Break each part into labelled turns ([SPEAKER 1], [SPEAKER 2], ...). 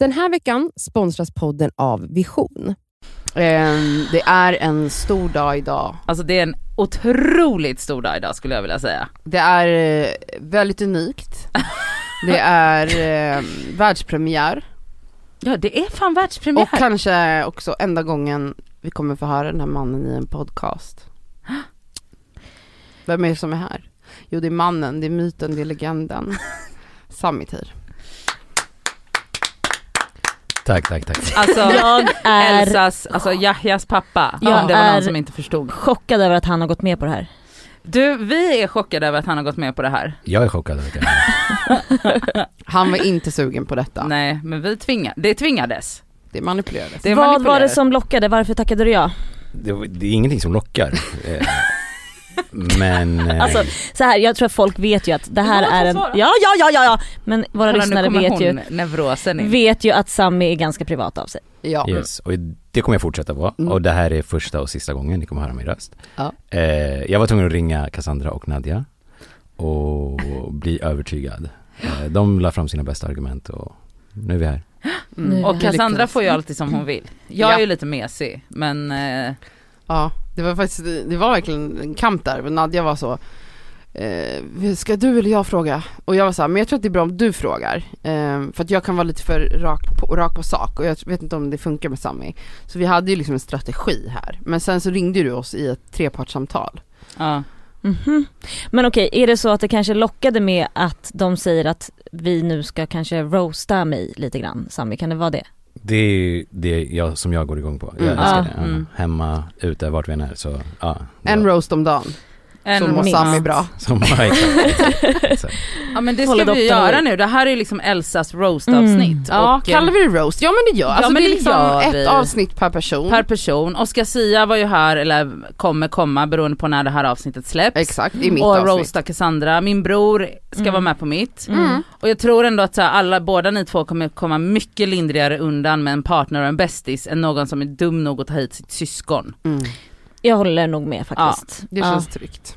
[SPEAKER 1] Den här veckan sponsras podden av Vision.
[SPEAKER 2] Ehm, det är en stor dag idag.
[SPEAKER 3] Alltså det är en otroligt stor dag idag skulle jag vilja säga.
[SPEAKER 2] Det är eh, väldigt unikt. Det är eh, världspremiär
[SPEAKER 3] Ja det är fan världspremiär.
[SPEAKER 2] och kanske också enda gången vi kommer få höra den här mannen i en podcast. Vem är det som är här? Jo det är mannen, det är myten, det är legenden. Sami Tayyar.
[SPEAKER 4] Tack, tack, tack.
[SPEAKER 3] Alltså
[SPEAKER 5] Jag är
[SPEAKER 3] Elsas, alltså Yahjas pappa.
[SPEAKER 5] Jag
[SPEAKER 3] om det var någon
[SPEAKER 5] är-
[SPEAKER 3] som inte förstod.
[SPEAKER 5] chockad över att han har gått med på det här.
[SPEAKER 3] Du vi är chockade över att han har gått med på det här.
[SPEAKER 4] Jag är chockad över det.
[SPEAKER 2] Han var inte sugen på detta.
[SPEAKER 3] Nej men vi tvingar, det tvingades.
[SPEAKER 2] Det manipulerades.
[SPEAKER 3] Det är
[SPEAKER 5] Vad var det
[SPEAKER 3] manipulerat.
[SPEAKER 5] som lockade? Varför tackade du ja?
[SPEAKER 4] Det, det är ingenting som lockar. Eh, Men... eh,
[SPEAKER 5] Alltså så här, jag tror att folk vet ju att det här
[SPEAKER 3] Ja,
[SPEAKER 5] är en...
[SPEAKER 3] svara.
[SPEAKER 5] Ja, ja, ja, ja, ja. Men våra
[SPEAKER 3] Kolla,
[SPEAKER 5] lyssnare
[SPEAKER 3] nu kommer
[SPEAKER 5] vet
[SPEAKER 3] hon,
[SPEAKER 5] ju,
[SPEAKER 3] neurosen in.
[SPEAKER 5] vet ju att Sami är ganska privat av sig.
[SPEAKER 2] Ja.
[SPEAKER 4] Yes, och det kommer jag fortsätta vara.
[SPEAKER 2] Mm.
[SPEAKER 4] Och det här är första och sista gången ni kommer höra min röst.
[SPEAKER 2] Ja.
[SPEAKER 4] Eh, jag var tvungen att ringa Cassandra och Nadja och bli övertygad. Eh, de la fram sina bästa argument och nu är vi här.
[SPEAKER 2] Mm.
[SPEAKER 3] Och Cassandra får ju alltid som hon vill. Jag är
[SPEAKER 2] Ja.
[SPEAKER 3] ju lite mesig men eh,
[SPEAKER 2] Ja, det var faktiskt, det var verkligen en kamp där. Men Nadja var så, eh, ska du eller jag fråga? Och jag var så här, men jag tror att det är bra om du frågar. Eh, för att jag kan vara lite för rak på, rak på sak och jag vet inte om det funkar med Sami. Så vi hade ju liksom en strategi här. Men sen så ringde ju du oss i ett trepartssamtal.
[SPEAKER 3] ja.
[SPEAKER 5] Mhm. Men okej, är det så att det kanske lockade med att de säger att vi nu ska kanske roasta mig lite grann, Sami, kan det vara det?
[SPEAKER 4] Det är ju det jag, som jag går igång på. Jag
[SPEAKER 2] Mm.
[SPEAKER 4] älskar
[SPEAKER 3] Ja,
[SPEAKER 4] det. Ja.
[SPEAKER 3] mm.
[SPEAKER 4] Hemma, ute, vart vi än är. Så, ja, det
[SPEAKER 2] En
[SPEAKER 4] var-
[SPEAKER 2] roast om dagen, så mår
[SPEAKER 5] minst.
[SPEAKER 2] Sami bra.
[SPEAKER 4] Som, ja, exakt. Exakt.
[SPEAKER 3] Ja men det ska
[SPEAKER 5] Hålla
[SPEAKER 3] vi ju
[SPEAKER 5] doktorn
[SPEAKER 3] göra
[SPEAKER 5] i.
[SPEAKER 3] nu, det här är ju liksom Elsas roastavsnitt.
[SPEAKER 5] Mm.
[SPEAKER 2] Ja,
[SPEAKER 3] Och, eh,
[SPEAKER 2] kallar vi det roast? Ja men det gör,
[SPEAKER 3] Ja,
[SPEAKER 2] alltså
[SPEAKER 3] men
[SPEAKER 2] det är
[SPEAKER 3] det
[SPEAKER 2] liksom
[SPEAKER 3] gör
[SPEAKER 2] ett
[SPEAKER 3] vi.
[SPEAKER 2] avsnitt per person.
[SPEAKER 3] Per person. Oscar Sia var ju här, eller kommer komma beroende på när det här avsnittet släpps.
[SPEAKER 2] Exakt, i mitt
[SPEAKER 3] och
[SPEAKER 2] avsnitt.
[SPEAKER 3] roasta Cassandra. Min bror ska
[SPEAKER 5] Mm.
[SPEAKER 3] vara med på mitt.
[SPEAKER 2] Mm.
[SPEAKER 3] Och jag tror ändå att så här, alla, båda ni två kommer komma mycket lindrigare undan med en partner och en bästis än någon som är dum nog att ta hit sitt syskon.
[SPEAKER 2] Mm.
[SPEAKER 5] Jag håller nog med faktiskt.
[SPEAKER 2] Det känns tryggt.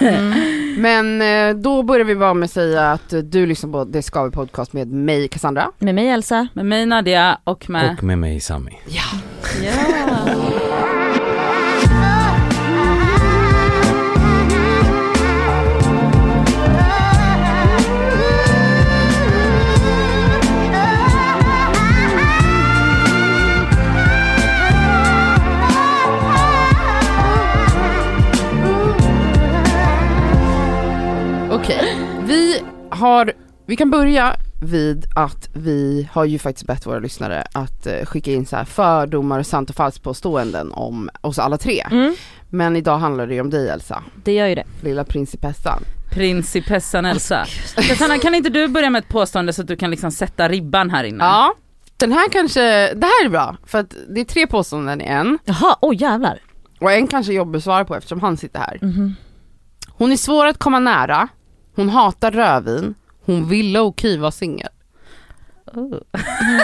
[SPEAKER 5] Mm.
[SPEAKER 2] Men eh, då börjar vi bara med att säga att eh, du lyssnar på Det ska vi podcast med mig Cassandra.
[SPEAKER 5] Med mig Elsa.
[SPEAKER 3] Med mig Nadia och med...
[SPEAKER 4] Och med mig Sami.
[SPEAKER 2] Okej, vi har, vi kan börja vid att vi har ju faktiskt bett våra lyssnare att eh, skicka in så här fördomar och sant och falskt påståenden om oss alla tre.
[SPEAKER 5] Mm.
[SPEAKER 2] Men idag handlar det ju om dig Elsa,
[SPEAKER 5] Det gör ju det.
[SPEAKER 2] lilla prinsessan.
[SPEAKER 3] Prinsessan Elsa. Cassandra kan inte du börja med ett påstående så att du kan liksom sätta ribban här inne?
[SPEAKER 2] Ja, den här kanske, det här är bra för att det är tre påståenden i en
[SPEAKER 5] Jaha, oj jävlar.
[SPEAKER 2] och en kanske är jobbig att svara på eftersom han sitter här.
[SPEAKER 5] Mhm.
[SPEAKER 2] Hon är svår att komma nära, hon hatar rödvin, hon ville och Ki var singel.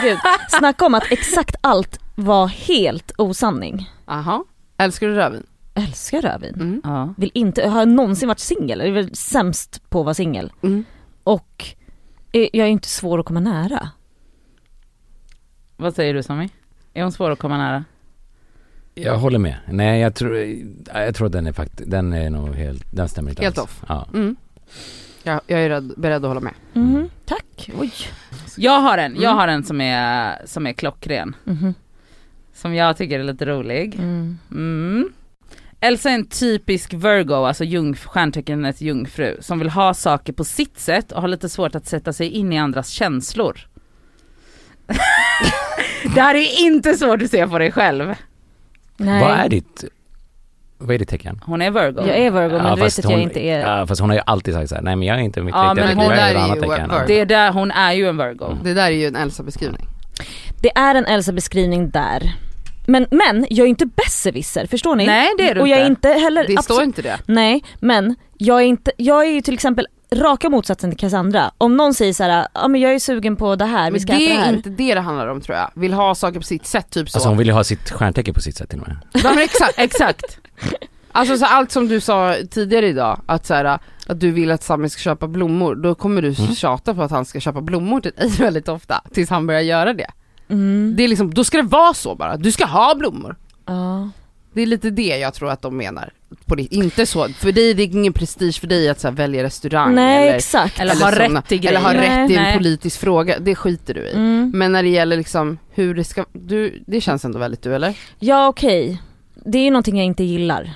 [SPEAKER 5] Gud. Snacka om att exakt allt var helt osanning.
[SPEAKER 2] Aha. Älskar du rödvin?
[SPEAKER 5] Älskar rödvin.
[SPEAKER 2] Mm.
[SPEAKER 3] Ja.
[SPEAKER 5] Vill inte, har jag någonsin varit singel? Jag är väl sämst på att vara singel.
[SPEAKER 2] Mm.
[SPEAKER 5] Och eh, jag är inte svår att komma nära.
[SPEAKER 3] Vad säger du Sami? Är hon svår att komma nära?
[SPEAKER 4] Jag håller med. Nej, jag tror, jag tror att den är faktiskt, den är nog helt, den stämmer inte
[SPEAKER 2] Helt
[SPEAKER 4] alls.
[SPEAKER 2] off.
[SPEAKER 4] Ja.
[SPEAKER 2] Mm. Jag, jag är rädd, beredd att hålla med.
[SPEAKER 5] Mhm. Tack. Oj.
[SPEAKER 3] Jag har en, jag har en som är, som är klockren.
[SPEAKER 5] Mhm.
[SPEAKER 3] Som jag tycker är lite rolig.
[SPEAKER 5] Mm.
[SPEAKER 3] Mm. Elsa är en typisk Virgo, alltså jungf- stjärntecknet jungfru, som vill ha saker på sitt sätt och har lite svårt att sätta sig in i andras känslor. det här är ju inte svårt att se på dig själv.
[SPEAKER 5] Nej.
[SPEAKER 4] Vad är ditt, vad är ditt tecken?
[SPEAKER 3] Hon är Virgo.
[SPEAKER 5] Jag är Virgo men
[SPEAKER 4] Ja,
[SPEAKER 5] du vet
[SPEAKER 4] fast
[SPEAKER 5] att jag
[SPEAKER 4] hon-
[SPEAKER 5] inte är
[SPEAKER 4] Ja fast hon har ju alltid sagt såhär, nej men jag är inte mitt
[SPEAKER 3] Ja,
[SPEAKER 4] riktiga
[SPEAKER 3] men
[SPEAKER 4] tecken,
[SPEAKER 3] hon
[SPEAKER 4] jag
[SPEAKER 2] är
[SPEAKER 4] ett annat
[SPEAKER 2] ju
[SPEAKER 4] tecken.
[SPEAKER 2] Virgo.
[SPEAKER 3] Det är där, hon är ju en Virgo.
[SPEAKER 5] Mm.
[SPEAKER 2] Det där är ju en Elsa-beskrivning.
[SPEAKER 5] Det är en Elsa-beskrivning där. Men, men jag är inte besserwisser, förstår ni?
[SPEAKER 3] Nej det är du
[SPEAKER 5] Och jag är
[SPEAKER 3] inte.
[SPEAKER 5] inte heller...
[SPEAKER 2] Det står
[SPEAKER 5] absolut-
[SPEAKER 2] inte det.
[SPEAKER 5] Nej, men jag är, inte, jag är ju till exempel raka motsatsen till Cassandra. Om någon säger så här, ja men jag är sugen på det här, vi
[SPEAKER 2] Men
[SPEAKER 5] ska
[SPEAKER 2] det
[SPEAKER 5] äta det
[SPEAKER 2] är
[SPEAKER 5] här.
[SPEAKER 2] inte det det handlar om tror jag. Vill ha saker på sitt sätt, typ så.
[SPEAKER 4] Alltså hon vill ju ha sitt stjärntecken på sitt sätt till och med.
[SPEAKER 2] ja, men exakt.
[SPEAKER 3] Exakt.
[SPEAKER 2] Alltså så allt som du sa tidigare idag, att så här, att du vill att Sami ska köpa blommor, då kommer du
[SPEAKER 4] Mm.
[SPEAKER 2] tjata på att han ska köpa blommor till dig väldigt ofta, tills han börjar göra det.
[SPEAKER 5] Mm.
[SPEAKER 2] Det är liksom, då ska det vara så bara, du ska ha blommor.
[SPEAKER 5] Ja.
[SPEAKER 2] Det är lite det jag tror att de menar. På det. Inte så, för dig det är ingen prestige för dig att så här, välja restaurang
[SPEAKER 5] Nej
[SPEAKER 2] eller,
[SPEAKER 5] exakt.
[SPEAKER 3] Eller
[SPEAKER 2] Eller
[SPEAKER 3] ha
[SPEAKER 2] såna-
[SPEAKER 3] rätt i grejer.
[SPEAKER 2] eller ha
[SPEAKER 5] Nej,
[SPEAKER 2] rätt i en
[SPEAKER 3] nej.
[SPEAKER 2] politisk fråga, det skiter du i.
[SPEAKER 5] Mm.
[SPEAKER 2] Men när det gäller liksom hur det ska, du, det känns ändå väldigt du eller?
[SPEAKER 5] Ja okej. Det är ju någonting jag inte gillar.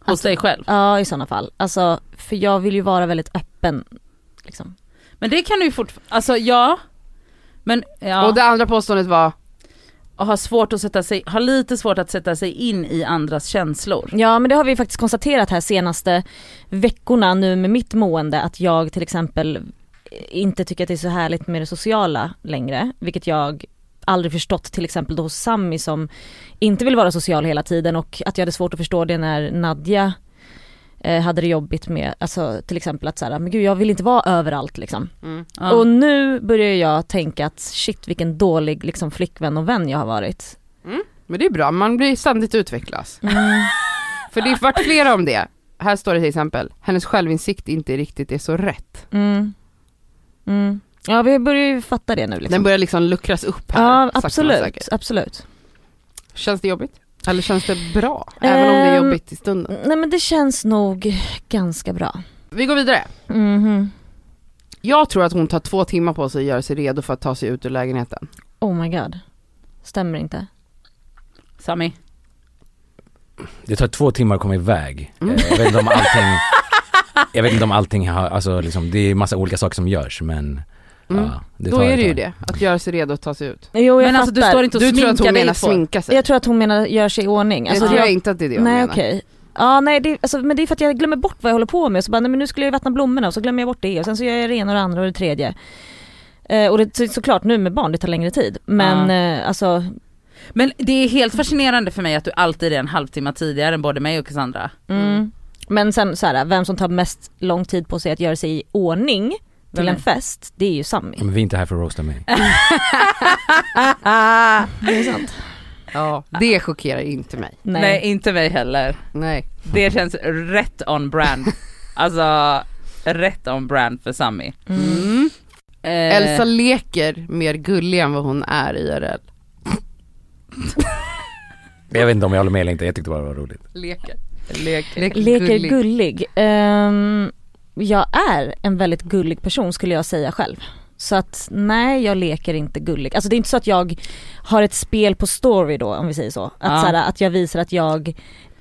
[SPEAKER 3] Hos dig själv.
[SPEAKER 5] Ja i sådana fall. Alltså för jag vill ju vara väldigt öppen. Liksom.
[SPEAKER 3] Men det kan du ju fortfarande, alltså ja. Men ja,
[SPEAKER 2] Och det andra påståendet var,
[SPEAKER 3] och ha svårt att sätta sig, ha lite svårt att sätta sig in i andras känslor.
[SPEAKER 5] Ja men det har vi faktiskt konstaterat här senaste veckorna nu med mitt mående att jag till exempel inte tycker att det är så härligt med det sociala längre. Vilket jag aldrig förstått till exempel då hos Sammy som inte vill vara social hela tiden och att jag hade svårt att förstå det när Nadja eh, hade det jobbigt med, alltså till exempel att såhär, men gud jag vill inte vara överallt liksom.
[SPEAKER 3] Ja.
[SPEAKER 5] Och nu börjar jag tänka att shit vilken dålig liksom flickvän och vän jag har varit.
[SPEAKER 2] men det är bra, man blir ständigt utvecklas.
[SPEAKER 5] Mm.
[SPEAKER 2] För det har varit flera om det. Här står det till exempel, hennes självinsikt inte riktigt är så rätt.
[SPEAKER 5] Mm. Mm. Ja vi börjar ju fatta det nu liksom.
[SPEAKER 2] Den börjar liksom luckras upp här.
[SPEAKER 5] Ja
[SPEAKER 2] sakta men
[SPEAKER 5] absolut,
[SPEAKER 2] säkert.
[SPEAKER 5] absolut.
[SPEAKER 2] Känns det jobbigt? Eller känns det bra? Även om det är
[SPEAKER 5] Ehm.
[SPEAKER 2] jobbigt i stunden.
[SPEAKER 5] Nej men det känns nog ganska bra.
[SPEAKER 2] Vi går vidare.
[SPEAKER 5] Mhm.
[SPEAKER 2] Jag tror att hon tar två timmar på sig att göra sig redo för att ta sig ut ur lägenheten.
[SPEAKER 5] Oh my god. Stämmer inte.
[SPEAKER 3] Sami.
[SPEAKER 4] Det tar två timmar att komma iväg.
[SPEAKER 2] Mm.
[SPEAKER 4] Eh, Jag vet inte om allting, jag vet inte om allting har, alltså liksom, det är massa olika saker som görs men
[SPEAKER 2] Mm.
[SPEAKER 4] ja, det
[SPEAKER 2] Då
[SPEAKER 4] tar
[SPEAKER 2] är det
[SPEAKER 4] ett
[SPEAKER 2] ju
[SPEAKER 4] tag.
[SPEAKER 2] det, att göra sig redo att ta sig ut.
[SPEAKER 5] Jo jag
[SPEAKER 3] Men alltså du står inte och
[SPEAKER 2] Du tror att
[SPEAKER 3] sminkar
[SPEAKER 2] hon menar
[SPEAKER 3] dig på.
[SPEAKER 2] sminka sig?
[SPEAKER 5] Jag tror att hon menar gör sig i ordning. Alltså,
[SPEAKER 2] det tror
[SPEAKER 5] jag-
[SPEAKER 2] jag inte att det är det hon
[SPEAKER 5] Nej
[SPEAKER 2] menar.
[SPEAKER 5] okej. Ja nej det, alltså, men det är för att jag glömmer bort vad jag håller på med och så bara nej men nu skulle jag vattna blommorna och så glömmer jag bort det och sen så gör jag det ena och det andra och det tredje. Eh, och det så- såklart nu med barn, det tar längre tid. Men eh, alltså,
[SPEAKER 3] Men det är helt fascinerande för mig att du alltid är en halvtimme tidigare än både mig och Cassandra.
[SPEAKER 5] mm. Men sen så här, vem som tar mest lång tid på sig att göra sig i ordning till
[SPEAKER 3] Vem
[SPEAKER 5] en
[SPEAKER 3] är?
[SPEAKER 5] fest, det är ju Sammy.
[SPEAKER 4] Men vi är inte här för att roasta mig.
[SPEAKER 5] Det är sant.
[SPEAKER 2] Ja, det chockerar inte mig.
[SPEAKER 5] Nej.
[SPEAKER 3] inte mig heller.
[SPEAKER 2] Nej.
[SPEAKER 3] Det känns rätt on brand. alltså rätt on brand för Sami.
[SPEAKER 5] Mm.
[SPEAKER 3] Eh,
[SPEAKER 2] Elsa leker mer gullig än vad hon är IRL.
[SPEAKER 4] Jag vet inte om jag håller med eller inte, jag tyckte bara det var roligt.
[SPEAKER 2] Leker. Leker,
[SPEAKER 5] Leker gullig. Ehm, jag är en väldigt gullig person skulle jag säga själv. Så att nej jag leker inte gullig. Alltså det är inte så att jag har ett spel på story då om vi säger så. Att,
[SPEAKER 3] Ja.
[SPEAKER 5] så här, att jag visar att jag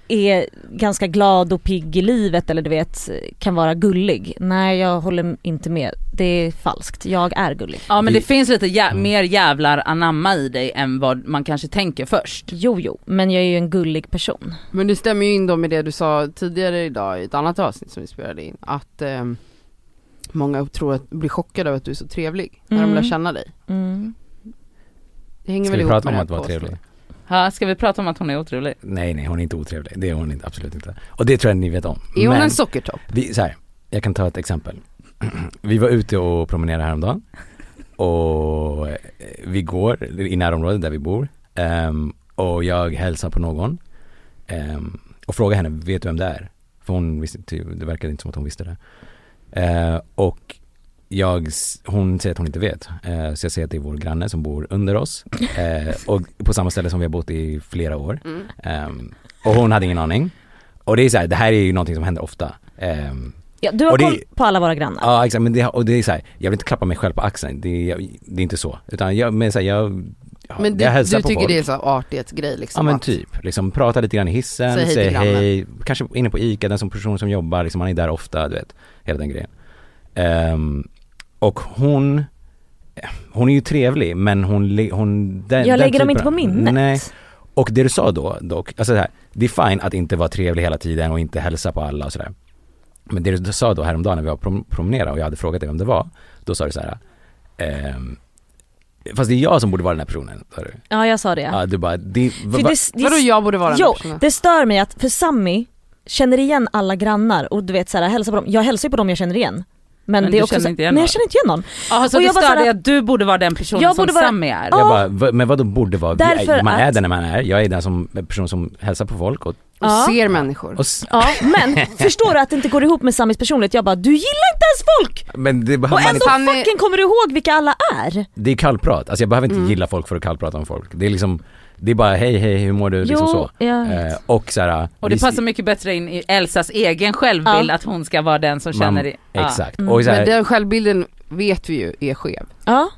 [SPEAKER 5] är ganska glad och pigg i livet eller du vet kan vara gullig. Nej jag håller inte med. Det är falskt. Jag är gullig.
[SPEAKER 3] Ja men det
[SPEAKER 4] Vi-
[SPEAKER 3] finns lite jä-
[SPEAKER 4] Mm.
[SPEAKER 3] mer jävlar anamma i dig än vad man kanske tänker först.
[SPEAKER 5] Jo jo, men jag är ju en gullig person.
[SPEAKER 2] Men det stämmer ju in då med det du sa tidigare idag i ett annat avsnitt som vi spelade in. Att ehm, många tror att, blir chockade av att du är så trevlig när
[SPEAKER 5] Mm.
[SPEAKER 2] de lär känna dig.
[SPEAKER 5] Mm.
[SPEAKER 2] Det hänger
[SPEAKER 4] Ska
[SPEAKER 2] väl
[SPEAKER 4] vi
[SPEAKER 2] ihop med
[SPEAKER 4] prata om
[SPEAKER 2] det
[SPEAKER 4] att vara
[SPEAKER 2] påståendet.
[SPEAKER 4] trevlig?
[SPEAKER 3] Ha, ska vi prata om att hon är otrolig?
[SPEAKER 4] Nej nej, hon är inte otrevlig. Det är hon inte, absolut inte. Och det tror jag ni vet om.
[SPEAKER 2] Är hon
[SPEAKER 4] Men-
[SPEAKER 2] en sockertopp?
[SPEAKER 4] Vi, så här, jag kan ta ett exempel. Vi var ute och promenerade häromdagen och eh, vi går i närområdet där vi bor Ehm, och jag hälsar på någon ehm, och frågar henne, vet du vem det är? För hon visste inte, det verkade inte som att hon visste det. Eh, och jag, s- hon säger att hon inte vet, Eh, så jag säger att det är vår granne som bor under oss Eh, och på samma ställe som vi har bott i flera år.
[SPEAKER 2] Mm.
[SPEAKER 4] Ehm, och hon hade ingen aning. Och det är så här, det här är ju någonting som händer ofta. Ehm,
[SPEAKER 5] Ja, du har
[SPEAKER 4] Och det-
[SPEAKER 5] koll på alla våra grannar.
[SPEAKER 4] Ja exakt, men det, och det är så här, jag vill inte klappa mig själv på axeln, det, är- det är inte så. Utan jag, men så här, jag, ja,
[SPEAKER 2] Men du,
[SPEAKER 4] jag
[SPEAKER 2] du
[SPEAKER 4] hälsar på
[SPEAKER 2] tycker
[SPEAKER 4] folk.
[SPEAKER 2] det är så här artighetsgrej liksom?
[SPEAKER 4] Ja men
[SPEAKER 2] att-
[SPEAKER 4] typ, liksom prata lite grann i hissen,
[SPEAKER 2] Säg hej till
[SPEAKER 4] säg
[SPEAKER 2] grannen.
[SPEAKER 4] hej, kanske inne på ICA, den som person som jobbar, liksom, han är där ofta, du vet, hela den grejen. Ehm, och hon, hon är ju trevlig men hon, le- hon den,
[SPEAKER 5] jag
[SPEAKER 4] den
[SPEAKER 5] lägger dem
[SPEAKER 4] typen-
[SPEAKER 5] inte på minnet.
[SPEAKER 4] Nej, och det du sa då dock, alltså det här, det är fine att inte vara trevlig hela tiden och inte hälsa på alla och sådär. Men det du sa då häromdagen när vi var prom- promenera och jag hade frågat dig vem det var, då sa du så här. Ehm, fast det är jag som borde vara den här personen, sa du.
[SPEAKER 5] Ja jag sa det.
[SPEAKER 4] Ja, du bara, det, va,
[SPEAKER 5] För
[SPEAKER 4] va,
[SPEAKER 5] det, det,
[SPEAKER 2] Vadå jag borde vara den
[SPEAKER 5] Jo,
[SPEAKER 2] personen?
[SPEAKER 5] det stör mig att, för Sammy känner igen alla grannar och du vet såhär, hälsa på dem. Jag hälsar ju på dem jag känner igen. Men,
[SPEAKER 3] Men
[SPEAKER 5] det är
[SPEAKER 3] du
[SPEAKER 5] också
[SPEAKER 3] känner
[SPEAKER 5] så-
[SPEAKER 3] inte igen
[SPEAKER 5] Nej
[SPEAKER 3] några.
[SPEAKER 5] jag känner inte igen någon.
[SPEAKER 3] Ja så
[SPEAKER 5] Och
[SPEAKER 3] det
[SPEAKER 5] jag var
[SPEAKER 3] stör
[SPEAKER 5] såhär-
[SPEAKER 3] dig att du borde vara den personen
[SPEAKER 5] Jag
[SPEAKER 3] som
[SPEAKER 5] borde vara-
[SPEAKER 3] Sami är.
[SPEAKER 5] Ja.
[SPEAKER 4] jag bara, va, men vadå borde vara? Vi
[SPEAKER 5] Därför
[SPEAKER 4] är, man är
[SPEAKER 5] att-
[SPEAKER 4] den man är, jag är den som, person som hälsar på folk och
[SPEAKER 2] och
[SPEAKER 5] Ja.
[SPEAKER 2] ser människor.
[SPEAKER 4] Och s-
[SPEAKER 5] Ja, men förstår du att det inte går ihop med Samis personlighet? Jag bara, du gillar inte ens folk!
[SPEAKER 4] men det,
[SPEAKER 5] Och
[SPEAKER 4] behöver man
[SPEAKER 5] ändå
[SPEAKER 4] inte,
[SPEAKER 2] han är-
[SPEAKER 5] fucking kommer du ihåg vilka alla är.
[SPEAKER 4] det är kallprat, alltså jag behöver
[SPEAKER 5] Mm.
[SPEAKER 4] inte gilla folk för att kallprata om folk. Det är liksom, det är bara hej hej hur mår du liksom så.
[SPEAKER 5] jag vet.
[SPEAKER 4] Eh, och såhär,
[SPEAKER 3] Och det passar mycket bättre in i Elsas egen självbild att hon ska vara den som
[SPEAKER 4] Man-
[SPEAKER 3] känner det. Ja.
[SPEAKER 4] Exakt,
[SPEAKER 5] Mm.
[SPEAKER 4] och så
[SPEAKER 2] Men
[SPEAKER 4] här,
[SPEAKER 2] den självbilden vet vi ju är skev.
[SPEAKER 5] Ja.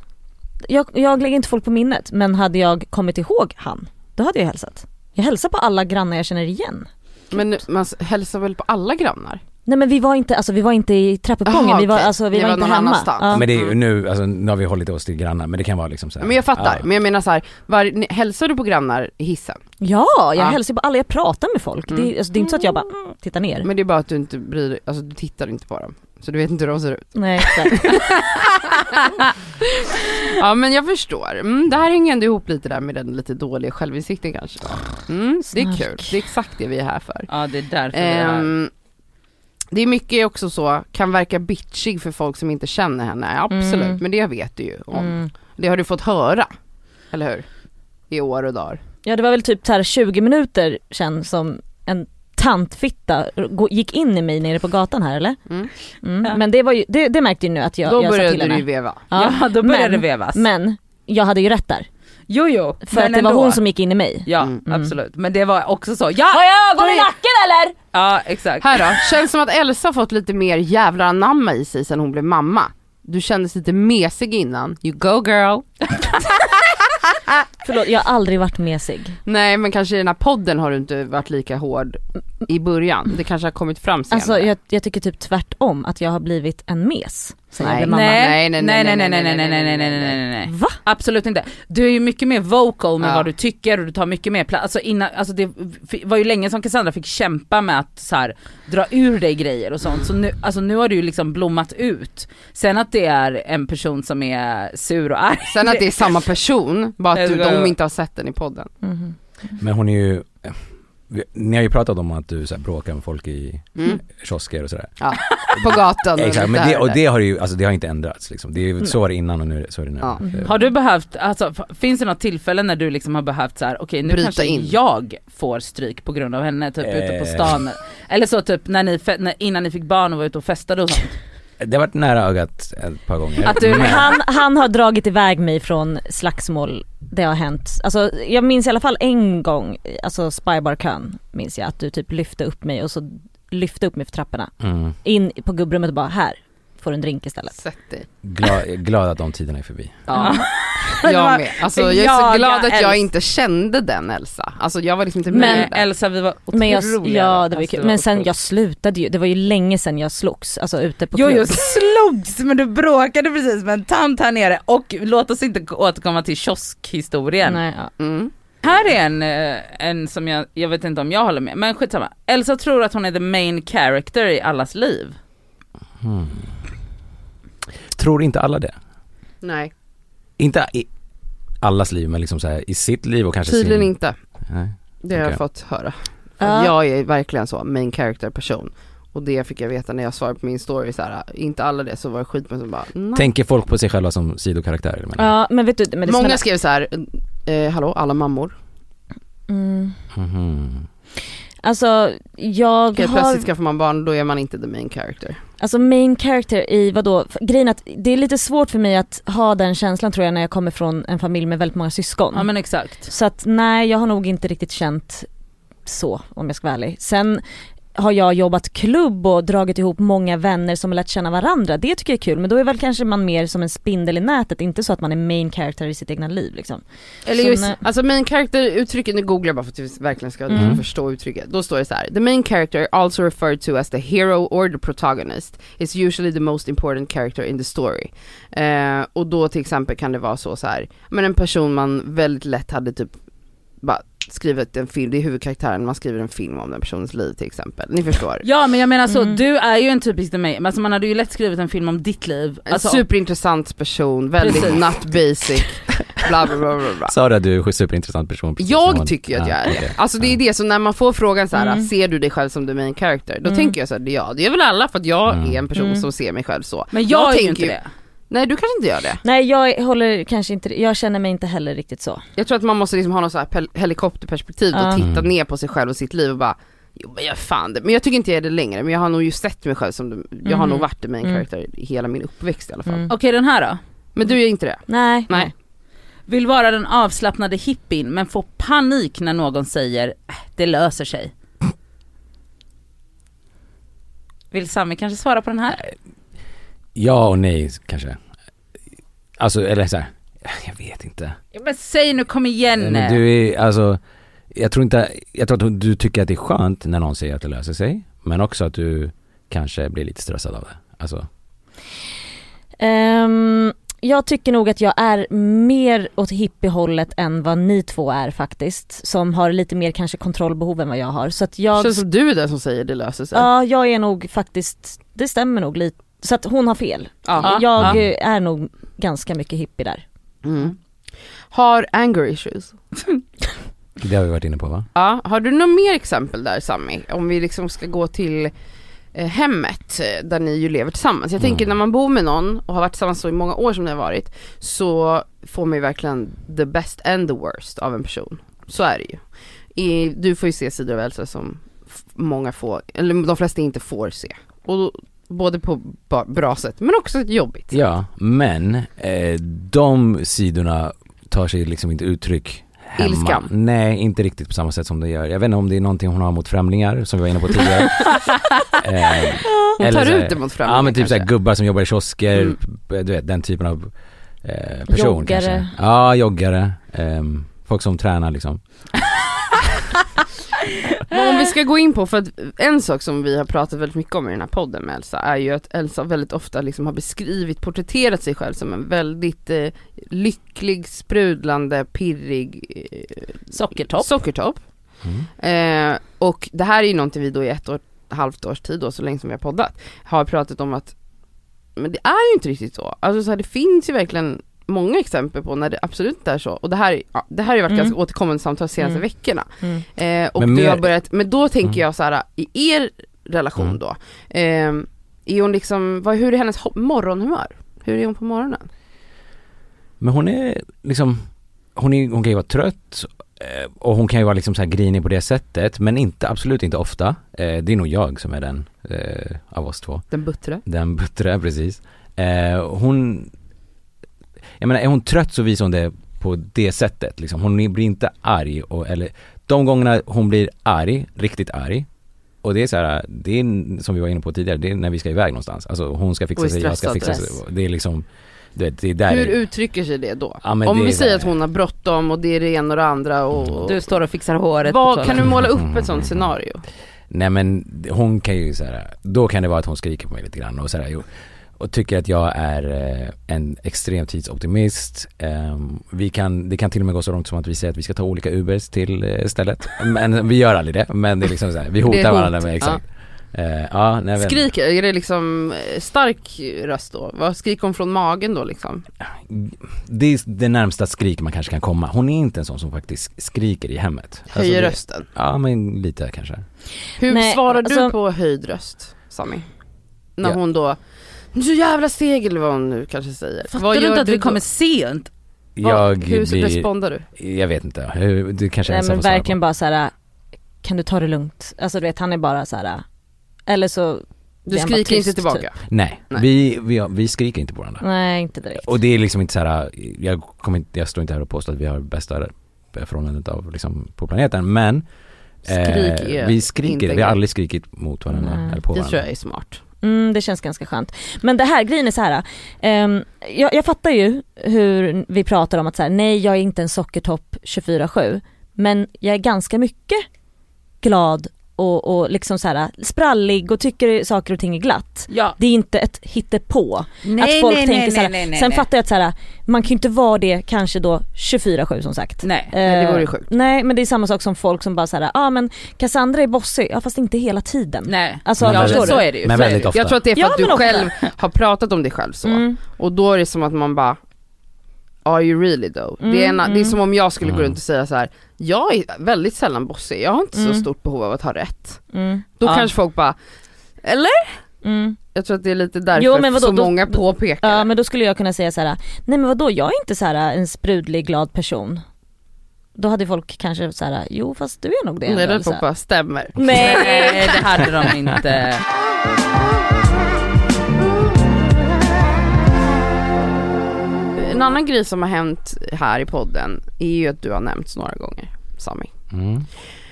[SPEAKER 5] Jag, jag lägger inte folk på minnet men hade jag kommit ihåg han, då hade jag hälsat. Jag hälsar på alla grannar jag känner igen.
[SPEAKER 2] Men
[SPEAKER 5] Typ.
[SPEAKER 2] man s- hälsar väl på alla grannar?
[SPEAKER 5] Nej men vi var inte, alltså, vi var inte i trappuppgången,
[SPEAKER 2] Jaha,
[SPEAKER 5] vi var,
[SPEAKER 2] okej.
[SPEAKER 5] alltså, vi
[SPEAKER 2] Ni
[SPEAKER 5] var,
[SPEAKER 2] var
[SPEAKER 5] inte
[SPEAKER 2] någon
[SPEAKER 5] hemma.
[SPEAKER 2] annanstans.
[SPEAKER 5] Ja.
[SPEAKER 4] men det är ju
[SPEAKER 2] Mm.
[SPEAKER 4] nu, alltså nu har vi hållit oss till grannar men det kan vara liksom såhär.
[SPEAKER 2] Men jag fattar,
[SPEAKER 4] Ja.
[SPEAKER 2] men jag menar så här, var, ni- hälsar du på grannar i hissen?
[SPEAKER 5] ja, jag
[SPEAKER 2] Ja.
[SPEAKER 5] hälsar på alla, jag pratar med folk. Det, är- alltså, det är inte så att jag bara mm, tittar ner.
[SPEAKER 2] Men det är bara att du inte bryr dig, alltså du tittar inte på dem. Så du vet inte hur de ser ut.
[SPEAKER 5] Nej, exakt.
[SPEAKER 2] Ja men jag förstår. Mm, det här hänger ändå ihop lite där med den lite dåliga självinsikten kanske. Mm, det är
[SPEAKER 5] Snark.
[SPEAKER 2] kul, det är exakt det vi är här för.
[SPEAKER 3] Ja det är därför vi är här.
[SPEAKER 2] Ehm, det är mycket också så, kan verka bitchig för folk som inte känner henne, absolut.
[SPEAKER 5] Mm.
[SPEAKER 2] Men det vet du ju om.
[SPEAKER 5] Mm.
[SPEAKER 2] Det har du fått höra, eller hur? I år och dagar.
[SPEAKER 5] Ja det var väl typ så här 20 minuter sedan som en tantfitta gå- gick in i mig nere på gatan här eller?
[SPEAKER 2] Mm.
[SPEAKER 5] Mm.
[SPEAKER 3] Ja.
[SPEAKER 5] Men det, var ju, det, det märkte ju nu att jag,
[SPEAKER 2] Då
[SPEAKER 5] jag sa till
[SPEAKER 2] började du ju
[SPEAKER 5] henne.
[SPEAKER 2] veva.
[SPEAKER 5] Ja.
[SPEAKER 3] Ja då börjar
[SPEAKER 5] men-
[SPEAKER 3] det vevas.
[SPEAKER 5] Men jag hade ju rätt där.
[SPEAKER 3] jo jo.
[SPEAKER 5] För
[SPEAKER 3] men
[SPEAKER 5] att det var
[SPEAKER 3] ändå.
[SPEAKER 5] hon som gick in i mig.
[SPEAKER 3] Ja
[SPEAKER 2] Mm.
[SPEAKER 3] absolut. Men det var också så,
[SPEAKER 5] Har
[SPEAKER 3] ja!
[SPEAKER 5] jag ögon i
[SPEAKER 3] Nej.
[SPEAKER 5] nacken eller?
[SPEAKER 3] Ja exakt.
[SPEAKER 2] Här då, känns som att Elsa har fått lite mer jävlar anamma i sig sen hon blev mamma. Du kändes lite mesig innan, you go girl.
[SPEAKER 5] Förlåt, jag har aldrig varit mesig.
[SPEAKER 2] Nej men kanske i den här podden har du inte varit lika hård i början, det kanske har kommit fram senare.
[SPEAKER 5] Alltså jag, jag tycker typ tvärtom att jag har blivit en mes sen jag blev mamma.
[SPEAKER 3] Nej nej nej nej nej nej nej nej nej nej nej nej.
[SPEAKER 5] Va?
[SPEAKER 3] Absolut inte. Du är ju mycket mer vocal med
[SPEAKER 2] Ja.
[SPEAKER 3] vad du tycker och du tar mycket mer plats. Alltså innan, alltså det f- var ju länge som Cassandra fick kämpa med att så här, dra ur dig grejer och sånt. Så nu, alltså nu har du ju liksom blommat ut. Sen att det är en person som är sur och arg.
[SPEAKER 2] Sen att det är samma person, bara att du, de inte har sett den i podden.
[SPEAKER 5] Mhm.
[SPEAKER 4] Men hon är ju, vi- ni har ju pratat om att du så här, bråkar med folk i
[SPEAKER 2] Mm.
[SPEAKER 4] kiosker och sådär.
[SPEAKER 2] På gatan och lite
[SPEAKER 4] Exakt, men det,
[SPEAKER 2] här
[SPEAKER 4] och
[SPEAKER 2] där.
[SPEAKER 4] det har ju, alltså det har inte ändrats liksom. Det är ju så var det innan och nu, är det- så är det nu.
[SPEAKER 2] Ja.
[SPEAKER 4] Eh,
[SPEAKER 3] Har du behövt, alltså f- finns det något tillfälle när du liksom har behövt så här: okej nu
[SPEAKER 2] Bryta
[SPEAKER 3] kanske
[SPEAKER 2] in.
[SPEAKER 3] jag får stryk på grund av henne, typ ute på
[SPEAKER 4] Eh.
[SPEAKER 3] stan. Eller så typ när ni, fe- när, innan ni fick barn och var ute och festade och sånt.
[SPEAKER 4] Det har varit nära ögat ett par gånger.
[SPEAKER 3] Att du-
[SPEAKER 4] men,
[SPEAKER 5] Han, han har dragit iväg mig från slagsmål, det har hänt. Alltså, jag minns i alla fall en gång, alltså spybarkön minns jag att du typ lyfte upp mig och så lyfte upp mig för trapporna.
[SPEAKER 4] mm,
[SPEAKER 5] In på gubbrummet och bara här får du en drink istället.
[SPEAKER 2] Sätt dig.
[SPEAKER 4] glad, glad att de tiderna är förbi.
[SPEAKER 2] Ja.
[SPEAKER 3] Det var-
[SPEAKER 2] Jag med. Alltså jag är
[SPEAKER 3] Jaga
[SPEAKER 2] så glad att
[SPEAKER 3] Elsa.
[SPEAKER 2] jag inte kände den Elsa. Alltså jag var liksom inte
[SPEAKER 5] Men
[SPEAKER 2] med
[SPEAKER 3] Men
[SPEAKER 2] där.
[SPEAKER 3] Elsa vi var otroliga.
[SPEAKER 5] Men, jag, ja, det var ju
[SPEAKER 3] Alltså,
[SPEAKER 5] kul. men sen
[SPEAKER 3] otroligt.
[SPEAKER 5] jag slutade ju, det var ju länge sedan jag slogs, alltså ute på
[SPEAKER 3] Jo,
[SPEAKER 5] klubb.
[SPEAKER 3] jag slogs men du bråkade precis med en tant här nere och låt oss inte återkomma till kioskhistorien.
[SPEAKER 5] Nej, ja.
[SPEAKER 2] Mm.
[SPEAKER 3] Här är en, eh, en som jag, jag vet inte om jag håller med, men skitsamma. Elsa tror att hon är the main character i allas liv.
[SPEAKER 4] Mm. Tror inte alla det?
[SPEAKER 2] Nej,
[SPEAKER 4] Inte i allas liv men liksom så här, i sitt liv och kanske
[SPEAKER 2] tydligen
[SPEAKER 4] sin...
[SPEAKER 2] inte.
[SPEAKER 4] Nej.
[SPEAKER 2] Det har
[SPEAKER 4] Okej.
[SPEAKER 2] jag fått höra.
[SPEAKER 5] Ja.
[SPEAKER 2] Jag är verkligen så, main character person. Och det fick jag veta när jag svarade på min story så här, inte alla det så var det skit men så bara nej.
[SPEAKER 4] Tänker folk på sig själva som sidokaraktärer? eller vad menar
[SPEAKER 5] ja men vet du, men det
[SPEAKER 2] Många
[SPEAKER 5] snälla-
[SPEAKER 2] skrev så här, eh, hallå alla mammor.
[SPEAKER 5] mm.
[SPEAKER 4] du? Mhm.
[SPEAKER 5] Alltså jag
[SPEAKER 2] Helt
[SPEAKER 5] har,
[SPEAKER 2] plötsligt skaffar man barn då är man inte the main character.
[SPEAKER 5] alltså main character i vadå, För grejen är att det är lite svårt för mig att ha den känslan tror jag när jag kommer från en familj med väldigt många syskon.
[SPEAKER 3] Ja men exakt.
[SPEAKER 5] Så att nej jag har nog inte riktigt känt så om jag ska vara ärlig. Sen har jag jobbat klubb och dragit ihop många vänner som har lärt känna varandra. Det tycker jag är kul men då är väl kanske man mer som en spindel i nätet, inte så att man är main character i sitt egna liv liksom.
[SPEAKER 2] Eller
[SPEAKER 5] Så
[SPEAKER 2] just,
[SPEAKER 5] när-
[SPEAKER 2] alltså main character uttrycket, nu googlar jag bara för att vi verkligen ska
[SPEAKER 5] Mm.
[SPEAKER 2] förstå uttrycket. Då står det så här, the main character also referred to as the hero or the protagonist is usually the most important character in the story. Eh, och då till exempel kan det vara så, så här, men en person man väldigt lätt hade typ bara skrivit en film, det är huvudkaraktären, man skriver en film om den personens liv till exempel. Ni förstår.
[SPEAKER 4] typ.
[SPEAKER 3] Ja men jag menar så,
[SPEAKER 5] Mm.
[SPEAKER 3] du är ju en typisk the main, alltså man hade ju lätt skrivit en film om ditt liv.
[SPEAKER 2] En
[SPEAKER 3] Alltså,
[SPEAKER 2] superintressant person, väldigt
[SPEAKER 3] Precis.
[SPEAKER 2] not basic, bla bla bla bla. bla.
[SPEAKER 4] Sa du att du är en superintressant person? precis när man-
[SPEAKER 2] Jag tycker ju att
[SPEAKER 4] Ja,
[SPEAKER 2] jag är det.
[SPEAKER 4] okej.
[SPEAKER 2] Alltså det är det, så när man får frågan så här,
[SPEAKER 5] Mm.
[SPEAKER 2] ser du dig själv som the main character? Då
[SPEAKER 5] Mm.
[SPEAKER 2] tänker jag så här, ja det är väl alla för att jag
[SPEAKER 4] Mm.
[SPEAKER 2] är en person
[SPEAKER 5] Mm.
[SPEAKER 2] som ser mig själv så.
[SPEAKER 3] men jag,
[SPEAKER 2] jag
[SPEAKER 3] är ju
[SPEAKER 2] tänker
[SPEAKER 3] inte
[SPEAKER 2] ju-
[SPEAKER 3] det.
[SPEAKER 2] Nej du kanske inte gör det.
[SPEAKER 5] Nej jag håller kanske inte, jag känner mig inte heller riktigt så.
[SPEAKER 2] Jag tror att man måste liksom ha något så här pel- helikopterperspektiv och
[SPEAKER 5] Ja.
[SPEAKER 2] titta
[SPEAKER 4] Mm.
[SPEAKER 2] ner på sig själv och sitt liv och bara, Jo men jag fan det. Men jag tycker inte jag är det längre, men jag har nog ju sett mig själv som, jag har
[SPEAKER 5] Mhm.
[SPEAKER 2] nog varit the main
[SPEAKER 5] Mm.
[SPEAKER 2] character i hela min uppväxt i alla fall.
[SPEAKER 5] Mm.
[SPEAKER 3] Okej den här då.
[SPEAKER 2] Men du är inte det?
[SPEAKER 5] Nej.
[SPEAKER 2] Nej.
[SPEAKER 3] Vill vara den avslappnade hippien men får panik när någon säger "Äh, det löser sig. Vill Sami kanske svara på den här?
[SPEAKER 4] Ja och nej kanske. Alltså eller så här, jag vet inte.
[SPEAKER 3] Ja, men säg nu, kom igen!
[SPEAKER 4] Nej,
[SPEAKER 2] eh,
[SPEAKER 4] Men du är, alltså, jag tror inte, jag tror att du tycker att det är skönt när någon säger att det löser sig. Men också att du kanske blir lite stressad av det. Alltså,
[SPEAKER 5] Ehm, jag tycker nog att jag är mer åt hippiehållet än vad ni två är faktiskt. Som har lite mer kanske kontrollbehov än vad jag har. Så att jag,
[SPEAKER 2] Känns som du är den som säger det löser sig.
[SPEAKER 5] ja, jag är nog faktiskt, det stämmer nog lite. Så att hon har fel.
[SPEAKER 2] Ja.
[SPEAKER 5] Jag
[SPEAKER 4] Ja.
[SPEAKER 5] eh, är nog ganska mycket hippie där.
[SPEAKER 2] Mm. Har anger issues.
[SPEAKER 4] det har vi varit inne på va?
[SPEAKER 2] Ja. Har du något mer exempel där Sami? Om vi liksom ska gå till eh, hemmet eh, där ni ju lever tillsammans. Jag
[SPEAKER 4] Mm.
[SPEAKER 2] tänker när man bor med någon och har varit tillsammans så i många år som ni har varit så får man ju verkligen the best and the worst av en person. Så är det ju. I, du får ju se sidor av Elsa som f- många får, eller de flesta inte får se. Och då, både på ba- bra sätt men också ett jobbigt sätt.
[SPEAKER 4] Ja, men eh, de sidorna tar sig liksom inte uttryck hemma.
[SPEAKER 2] Ilskan.
[SPEAKER 4] Nej, inte riktigt på samma sätt som det gör. Jag vet inte om det är någonting hon har mot främlingar, som vi var inne på tidigare. eh,
[SPEAKER 2] Hon
[SPEAKER 4] eller
[SPEAKER 2] tar
[SPEAKER 4] så här-
[SPEAKER 2] ut det mot framtiden
[SPEAKER 4] ja men typ
[SPEAKER 2] kanske.
[SPEAKER 4] såhär gubbar som jobbar i kiosker,
[SPEAKER 2] Mm.
[SPEAKER 4] p- du vet den typen av eh, person
[SPEAKER 5] Joggare.
[SPEAKER 4] kanske. Ja, joggare. ehm, folk som tränar liksom.
[SPEAKER 2] Men om vi ska gå in på, för att en sak som vi har pratat väldigt mycket om i den här podden med Elsa är ju att Elsa väldigt ofta liksom har beskrivit, porträtterat sig själv som en väldigt eh, lycklig, sprudlande, pirrig eh,
[SPEAKER 3] Sockertopp.
[SPEAKER 2] sockertopp.
[SPEAKER 4] Mm.
[SPEAKER 2] Eh, och det här är ju någonting vi då i ett och ett halvt års tid då, så länge som vi har poddat, har pratat om att men det är ju inte riktigt så. Alltså så här, det finns ju verkligen många exempel på när det absolut inte är så. Och det här, ja, det här har ju varit
[SPEAKER 5] Mm.
[SPEAKER 2] ganska återkommande samtal de senaste
[SPEAKER 5] Mm.
[SPEAKER 2] veckorna.
[SPEAKER 5] Mm.
[SPEAKER 2] Eh, och
[SPEAKER 4] Men
[SPEAKER 2] men, du
[SPEAKER 4] mer-
[SPEAKER 2] har börjat, men då tänker
[SPEAKER 4] Mm.
[SPEAKER 2] jag så här i er relation
[SPEAKER 4] Mm.
[SPEAKER 2] då, ehm, är hon liksom, vad, hur är hennes ho- morgonhumör? Hur är hon på morgonen?
[SPEAKER 4] Men hon är liksom, hon, är, hon kan ju vara trött eh, och hon kan ju vara liksom så här grinig på det sättet men inte, absolut inte ofta. Eh, det är nog jag som är den eh, av oss två.
[SPEAKER 2] Den buttre.
[SPEAKER 4] Den buttra, precis. Eh, hon, jag menar är hon trött så visar hon det på det sättet liksom. Hon blir inte arg och, eller de gångerna hon blir arg, riktigt arg och det är så här, det är n- som vi var inne på tidigare, det är när vi ska iväg någonstans. Alltså hon ska
[SPEAKER 2] Och
[SPEAKER 4] fixa
[SPEAKER 2] är
[SPEAKER 4] sig, jag ska
[SPEAKER 2] stressad.
[SPEAKER 4] fixa sig.
[SPEAKER 5] Stress.
[SPEAKER 4] Det är liksom, du vet, det är där
[SPEAKER 2] Hur
[SPEAKER 4] det-
[SPEAKER 2] uttrycker sig det då?
[SPEAKER 4] Ja, men
[SPEAKER 2] Om
[SPEAKER 4] det
[SPEAKER 2] vi
[SPEAKER 4] är
[SPEAKER 2] säger
[SPEAKER 4] där.
[SPEAKER 2] att hon har bråttom och det är det ena och det andra och...
[SPEAKER 3] Du står och fixar håret på
[SPEAKER 2] vad,
[SPEAKER 3] toaletten.
[SPEAKER 2] kan du måla upp ett sånt scenario?
[SPEAKER 4] Nej men hon kan ju så här, då kan det vara att hon skriker på mig lite grann och så här, jo, och tycker att jag är eh, en extrem tidsoptimist. Ehm, vi kan, det kan till och med gå så långt som att vi säger att vi ska ta olika Ubers till eh, stället. Men vi gör aldrig det, men det är liksom så här, vi
[SPEAKER 2] Det är
[SPEAKER 4] hotar
[SPEAKER 2] hot,
[SPEAKER 4] varandra med exakt. Ja, ja nej, jag vet
[SPEAKER 2] Skriker, är det liksom eh, stark röst då? Vad skriker hon från magen då liksom?
[SPEAKER 4] Alltså, inte. Det är det närmsta skrik man kanske kan komma. Hon är inte en sån som faktiskt skriker i hemmet. Alltså,
[SPEAKER 2] Höjer
[SPEAKER 4] det-
[SPEAKER 2] rösten.
[SPEAKER 4] Ja men lite kanske.
[SPEAKER 2] Hur
[SPEAKER 5] Nej,
[SPEAKER 2] svarar du
[SPEAKER 5] alltså-
[SPEAKER 2] på höjd röst, Sami? När
[SPEAKER 4] Ja.
[SPEAKER 2] hon då, "Du så jävla seg eller vad hon nu kanske säger.
[SPEAKER 3] Fattar
[SPEAKER 2] Vad
[SPEAKER 3] du
[SPEAKER 2] gör
[SPEAKER 3] inte att vi
[SPEAKER 2] då?
[SPEAKER 3] kommer sent?
[SPEAKER 2] Vad-
[SPEAKER 4] Jag
[SPEAKER 2] Hur
[SPEAKER 4] blir,
[SPEAKER 2] respondar du?
[SPEAKER 4] jag vet inte, Hur- du kanske
[SPEAKER 5] Nej
[SPEAKER 4] Elsa
[SPEAKER 5] men
[SPEAKER 4] får svara på.
[SPEAKER 5] verkligen bara så här. kan du ta det lugnt? Alltså du vet han är bara så här. eller så
[SPEAKER 2] Du
[SPEAKER 5] blir han bara
[SPEAKER 2] skriker inte
[SPEAKER 5] tyst,
[SPEAKER 2] tillbaka.
[SPEAKER 4] Nej,
[SPEAKER 2] Nej. Mm.
[SPEAKER 4] Vi, vi, vi skriker inte på varandra.
[SPEAKER 5] typ. Nej inte direkt.
[SPEAKER 4] Och det är liksom inte så här, jag, kommer inte, jag står inte här och påstår att vi har bästa förhållandet av, liksom, på planeten men eh,
[SPEAKER 2] Skrik är
[SPEAKER 4] vi skriker,
[SPEAKER 2] inte
[SPEAKER 4] vi har
[SPEAKER 2] grej.
[SPEAKER 4] aldrig skrikit mot varandra
[SPEAKER 5] Nej.
[SPEAKER 4] eller på
[SPEAKER 2] Det tror
[SPEAKER 4] varandra.
[SPEAKER 2] jag är smart.
[SPEAKER 5] Mm, det känns ganska skönt. Men det här grejen är så här. ehm, jag, jag fattar ju hur vi pratar om att så här, nej jag är inte en sockertopp 24-7 men jag är ganska mycket glad och, och liksom så här sprallig och tycker saker och ting är glatt.
[SPEAKER 3] Ja.
[SPEAKER 5] Det är inte ett hittepå.
[SPEAKER 3] Nej,
[SPEAKER 5] att folk
[SPEAKER 3] nej,
[SPEAKER 5] tänker
[SPEAKER 3] nej,
[SPEAKER 5] så här,
[SPEAKER 3] nej, nej, nej,
[SPEAKER 5] sen
[SPEAKER 3] nej.
[SPEAKER 5] fattar jag att så här, man kan ju inte vara det kanske då 24-7 som sagt.
[SPEAKER 3] Nej.
[SPEAKER 2] Nej, det
[SPEAKER 5] Eh,
[SPEAKER 2] vore ju sjukt.
[SPEAKER 5] Nej men det är samma sak som folk som bara såhär, ja ah, men Cassandra är bossig, ja fast inte hela tiden.
[SPEAKER 3] Nej.
[SPEAKER 5] Alltså,
[SPEAKER 3] ja,
[SPEAKER 5] förstår
[SPEAKER 3] men
[SPEAKER 5] du?
[SPEAKER 3] så är det ju.
[SPEAKER 4] Men
[SPEAKER 3] så är
[SPEAKER 4] väldigt
[SPEAKER 3] det. ju.
[SPEAKER 4] ofta.
[SPEAKER 2] Jag tror att det är för
[SPEAKER 5] Ja,
[SPEAKER 2] att du
[SPEAKER 5] men ofta.
[SPEAKER 2] själv har pratat om dig själv så.
[SPEAKER 5] Mm.
[SPEAKER 2] Och då är det som att man bara Are you really though? det, är
[SPEAKER 5] Mm,
[SPEAKER 2] en, det är
[SPEAKER 5] mm.
[SPEAKER 2] som om jag skulle gå
[SPEAKER 4] Mm.
[SPEAKER 2] runt och säga så här. jag är väldigt sällan bossig, jag har inte så
[SPEAKER 5] Mm.
[SPEAKER 2] stort behov av att ha rätt.
[SPEAKER 5] Mm.
[SPEAKER 2] Då
[SPEAKER 3] Ja.
[SPEAKER 2] kanske folk bara,
[SPEAKER 5] Mm.
[SPEAKER 2] jag tror att det är lite därför
[SPEAKER 5] Jo, men vadå,
[SPEAKER 2] så
[SPEAKER 5] då-
[SPEAKER 2] många
[SPEAKER 5] då-
[SPEAKER 2] påpekar
[SPEAKER 5] Ja
[SPEAKER 2] det.
[SPEAKER 5] eh, men då skulle jag kunna säga så här: nej men vadå jag är inte så här en sprudlig glad person. Då hade folk kanske så här, jo fast du är nog det. ändå",
[SPEAKER 2] Nej,
[SPEAKER 5] eller
[SPEAKER 2] den
[SPEAKER 5] så här.
[SPEAKER 2] bara stämmer.
[SPEAKER 5] Nej.
[SPEAKER 3] Nej det hade de inte.
[SPEAKER 2] En annan grej som har hänt här i podden är ju att du har nämnts några gånger, Sami.
[SPEAKER 4] Mm.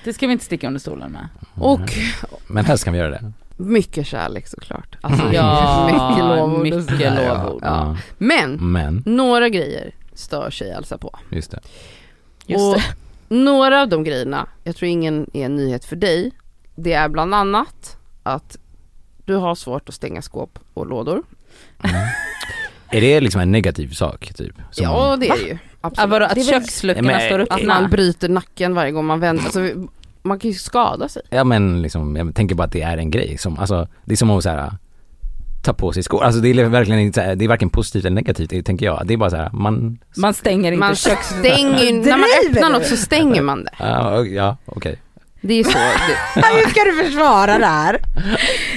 [SPEAKER 3] Det ska vi inte sticka under stolen med.
[SPEAKER 5] Mm.
[SPEAKER 2] Och
[SPEAKER 4] Men helst kan vi göra det.
[SPEAKER 2] mycket kärlek såklart. Alltså,
[SPEAKER 3] Ja,
[SPEAKER 2] mycket lovord. och
[SPEAKER 3] mycket
[SPEAKER 2] sådär.
[SPEAKER 3] lovord.
[SPEAKER 2] Ja.
[SPEAKER 4] Ja.
[SPEAKER 2] Men,
[SPEAKER 4] Men,
[SPEAKER 2] några grejer stör sig alltså på.
[SPEAKER 4] just det.
[SPEAKER 5] Just
[SPEAKER 2] och
[SPEAKER 5] det.
[SPEAKER 2] några av de grejerna, jag tror ingen är en nyhet för dig, det är bland annat att du har svårt att stänga skåp och lådor.
[SPEAKER 4] Är det liksom en negativ sak typ? Som-
[SPEAKER 2] ja, det Alltså, är det ju.
[SPEAKER 3] Ja,
[SPEAKER 2] Absolut.
[SPEAKER 3] vadå, att
[SPEAKER 5] Det är väl-
[SPEAKER 3] köksluckorna
[SPEAKER 4] Men-
[SPEAKER 3] står
[SPEAKER 2] Att man
[SPEAKER 3] öppna?
[SPEAKER 2] bryter nacken varje gång man vänder, alltså, vi- man kan ju skada sig.
[SPEAKER 4] Ja men liksom, jag tänker bara att det är en grej som, alltså det är som att så här ta på sig skor. Alltså det är verkligen inte, så här, det är varken positivt eller negativt det tänker jag. Det är bara så här, man,
[SPEAKER 3] Man stänger inte
[SPEAKER 2] Man
[SPEAKER 3] kök.
[SPEAKER 2] stänger ju- när man öppnar något så stänger man det.
[SPEAKER 4] ja, och- ja okej.
[SPEAKER 2] Det är så. Det,
[SPEAKER 1] Hur ska du försvara det här?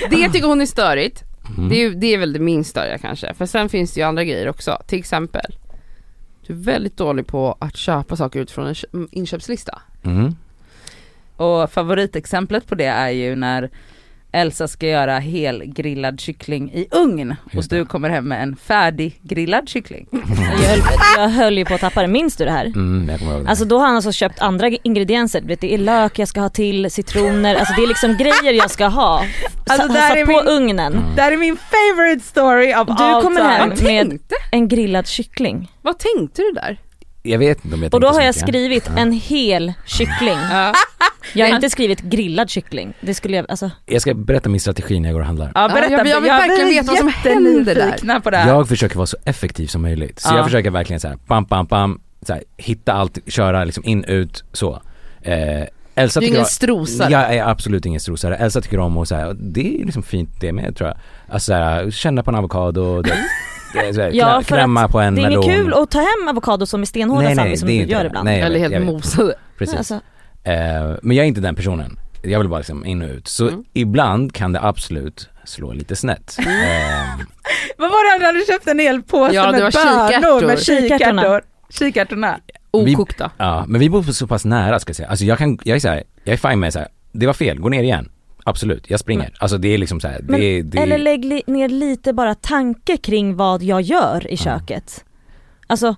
[SPEAKER 2] det tycker hon är störigt.
[SPEAKER 4] Mm.
[SPEAKER 2] Det är, ju- det är väl det minst störiga kanske. För sen finns det ju andra grejer också. Till exempel, du är väldigt dålig på att köpa saker utifrån en kö- inköpslista.
[SPEAKER 4] Mm.
[SPEAKER 3] Och favoritexemplet på det är ju när Elsa ska göra helgrillad kyckling i ugn och
[SPEAKER 4] Just det.
[SPEAKER 3] du kommer hem med en färdiggrillad kyckling.
[SPEAKER 5] Jag höll, jag höll ju på att tappa det, minns du det här?
[SPEAKER 4] Mm, jag kommer ihåg det.
[SPEAKER 5] Alltså då har han alltså köpt andra ingredienser, Du vet, det är lök jag ska ha till, citroner, alltså det är liksom grejer jag ska ha.
[SPEAKER 3] Alltså,
[SPEAKER 5] Alltså,
[SPEAKER 3] där
[SPEAKER 5] har satt
[SPEAKER 3] är
[SPEAKER 5] på
[SPEAKER 3] min-
[SPEAKER 5] ugnen.
[SPEAKER 4] Mm.
[SPEAKER 3] Det här är min favorite story of
[SPEAKER 5] Du kommer hem
[SPEAKER 2] Vad
[SPEAKER 5] med
[SPEAKER 2] tänkte,
[SPEAKER 5] en grillad kyckling.
[SPEAKER 2] vad tänkte du där?
[SPEAKER 4] Jag vet inte om jag
[SPEAKER 5] Och då
[SPEAKER 4] tänkte
[SPEAKER 5] har
[SPEAKER 4] så
[SPEAKER 5] jag
[SPEAKER 4] mycket.
[SPEAKER 5] skrivit en hel kyckling.
[SPEAKER 2] Ja.
[SPEAKER 5] Jag har inte skrivit grillad kyckling. Det skulle jag, alltså.
[SPEAKER 4] Jag ska berätta min strategi när jag går och handlar.
[SPEAKER 3] Ja, berätta,
[SPEAKER 2] Ja, jag vill- jag vill verkligen
[SPEAKER 3] är
[SPEAKER 2] veta vad som händer där.
[SPEAKER 3] jättenyfikna på det här.
[SPEAKER 4] Jag försöker vara så effektiv som möjligt. Så
[SPEAKER 3] Ja.
[SPEAKER 4] jag försöker verkligen så här, pam, pam, pam, så här, hitta allt, köra liksom in, ut, så. Eh, Elsa
[SPEAKER 2] Du är
[SPEAKER 4] tycker
[SPEAKER 2] ingen
[SPEAKER 4] jag,
[SPEAKER 2] strosare.
[SPEAKER 4] Jag är absolut ingen strosare. Elsa tycker om och så här, och det är liksom fint det med tror jag. Alltså så här, känna på en avokado, det, det, så här,
[SPEAKER 5] Ja,
[SPEAKER 4] knä-
[SPEAKER 5] för
[SPEAKER 4] klämma på en
[SPEAKER 5] Det är
[SPEAKER 4] melon.
[SPEAKER 5] inget kul att ta hem avokado som är stenhårda
[SPEAKER 4] Nej,
[SPEAKER 5] Sami
[SPEAKER 4] nej,
[SPEAKER 5] som
[SPEAKER 4] det är
[SPEAKER 5] du
[SPEAKER 4] inte
[SPEAKER 5] gör
[SPEAKER 4] det.
[SPEAKER 5] ibland.
[SPEAKER 4] Nej, jag
[SPEAKER 2] Eller
[SPEAKER 4] vet, jag
[SPEAKER 2] helt
[SPEAKER 4] vet.
[SPEAKER 2] mosade.
[SPEAKER 4] Precis.
[SPEAKER 5] Alltså,
[SPEAKER 4] Eh, men jag är inte den personen. Jag vill bara liksom in och ut. Så
[SPEAKER 2] Mm.
[SPEAKER 4] ibland kan det absolut slå lite snett.
[SPEAKER 5] Mm.
[SPEAKER 4] Eh,
[SPEAKER 3] Vad var det han hade köpt en hel påse
[SPEAKER 2] Ja, det
[SPEAKER 3] med
[SPEAKER 2] var
[SPEAKER 3] bönor med
[SPEAKER 5] kikärtorna.
[SPEAKER 3] kikärtor? Kikärtorna.
[SPEAKER 4] Vi-
[SPEAKER 2] Okokta.
[SPEAKER 4] Ja, men vi bor så pass nära ska jag säga. Alltså jag kan, jag är så här, jag är fine med så här, det var fel, gå ner igen. Absolut, jag springer. Alltså det är liksom så här,
[SPEAKER 5] Mm. Men-
[SPEAKER 4] det, det
[SPEAKER 5] Eller lägg li- ner lite bara tanke kring vad jag gör i köket. Alltså,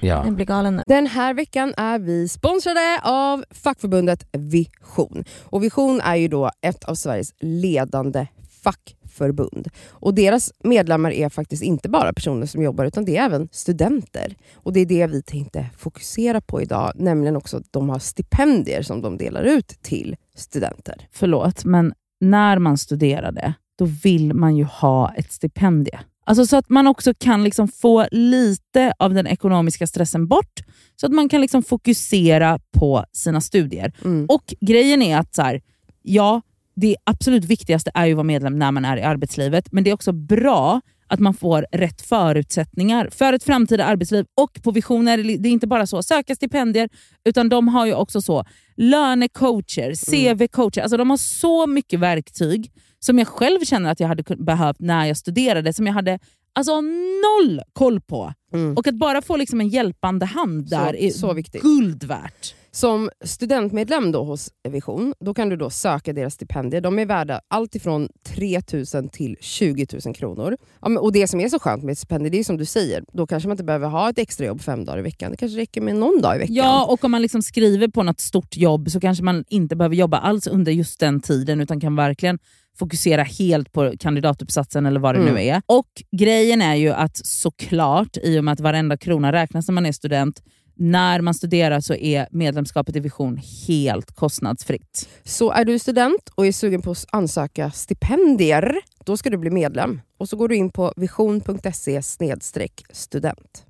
[SPEAKER 4] ja.
[SPEAKER 5] jag blir galen nu.
[SPEAKER 1] Den här veckan är vi sponsrade av fackförbundet Vision. Och Vision är ju då ett av Sveriges ledande fackförbund. Och deras medlemmar är faktiskt inte bara personer som jobbar utan det är även studenter. Och Det är det vi tänkte fokusera på idag, nämligen också att de har stipendier som de delar ut till studenter.
[SPEAKER 3] förlåt, men när man studerade, då vill man ju ha ett stipendie. Alltså så att man också kan liksom få lite av den ekonomiska stressen bort, så att man kan liksom fokusera på sina studier.
[SPEAKER 1] Mm.
[SPEAKER 3] Och grejen är att så här, ja, det absolut viktigaste är ju att vara medlem när man är i arbetslivet, men det är också bra att man får rätt förutsättningar för ett framtida arbetsliv. Och på Visioner, det är inte bara så söka stipendier, utan de har ju också så lönecoacher,
[SPEAKER 1] Mm.
[SPEAKER 3] CV-coacher. Alltså de har så mycket verktyg som jag själv känner att jag hade kun- behövt när jag studerade, som jag hade alltså, noll koll på.
[SPEAKER 1] Mm.
[SPEAKER 3] Och att bara få liksom en hjälpande hand där
[SPEAKER 1] Så-
[SPEAKER 3] är
[SPEAKER 1] så viktigt.
[SPEAKER 3] guld värt.
[SPEAKER 1] Som studentmedlem då hos Vision då kan du då söka deras stipendier. De är värda allt ifrån 3 000 till 20 000 kronor. Ja, men, och Det som är så skönt med ett stipendium det är som du säger, då kanske man inte behöver ha ett extrajobb fem dagar i veckan. Det kanske räcker med någon dag i veckan.
[SPEAKER 3] Ja, och om man liksom skriver på något stort jobb så kanske man inte behöver jobba alls under just den tiden utan kan verkligen fokusera helt på kandidatuppsatsen eller vad det
[SPEAKER 1] Mm.
[SPEAKER 3] nu är. Och grejen är ju att såklart, i och med att varenda krona räknas när man är student, när man studerar så är medlemskapet i Vision helt kostnadsfritt.
[SPEAKER 1] Så är du student och är sugen på att ansöka stipendier, då ska du bli medlem. Och så går du in på vision.se snedstreck student.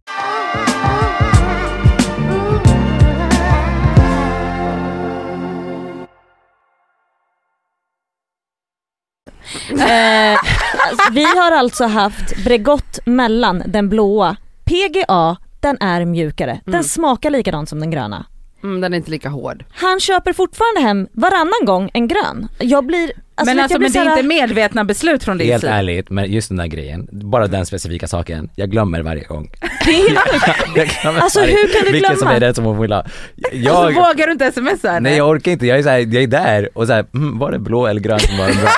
[SPEAKER 5] Eh, alltså, vi har alltså haft Bregott mellan den blåa. PGA, den är mjukare. Den
[SPEAKER 2] Mm.
[SPEAKER 5] smakar likadant som den gröna.
[SPEAKER 2] Mm, den är inte lika hård.
[SPEAKER 5] Han köper fortfarande hem varannan gång en grön. Jag blir Alltså,
[SPEAKER 3] men
[SPEAKER 5] vet,
[SPEAKER 3] alltså
[SPEAKER 5] jag blir
[SPEAKER 3] men det är
[SPEAKER 5] så här-
[SPEAKER 3] inte medvetna beslut från din
[SPEAKER 4] Helt
[SPEAKER 3] sida.
[SPEAKER 4] ärligt, men just den där grejen, bara den specifika saken, jag glömmer varje gång.
[SPEAKER 5] Det är helt sjukt.
[SPEAKER 4] Jag glömmer
[SPEAKER 5] Alltså,
[SPEAKER 4] varje-
[SPEAKER 5] hur kan du
[SPEAKER 4] Vilken som
[SPEAKER 5] glömma?
[SPEAKER 4] är den som hon vill ha.
[SPEAKER 3] Alltså,
[SPEAKER 4] Jag,
[SPEAKER 3] vågar du inte smsa henne?
[SPEAKER 4] nej jag orkar inte, jag är, så här, jag är där och såhär, mm, var det blå eller grön som var bra?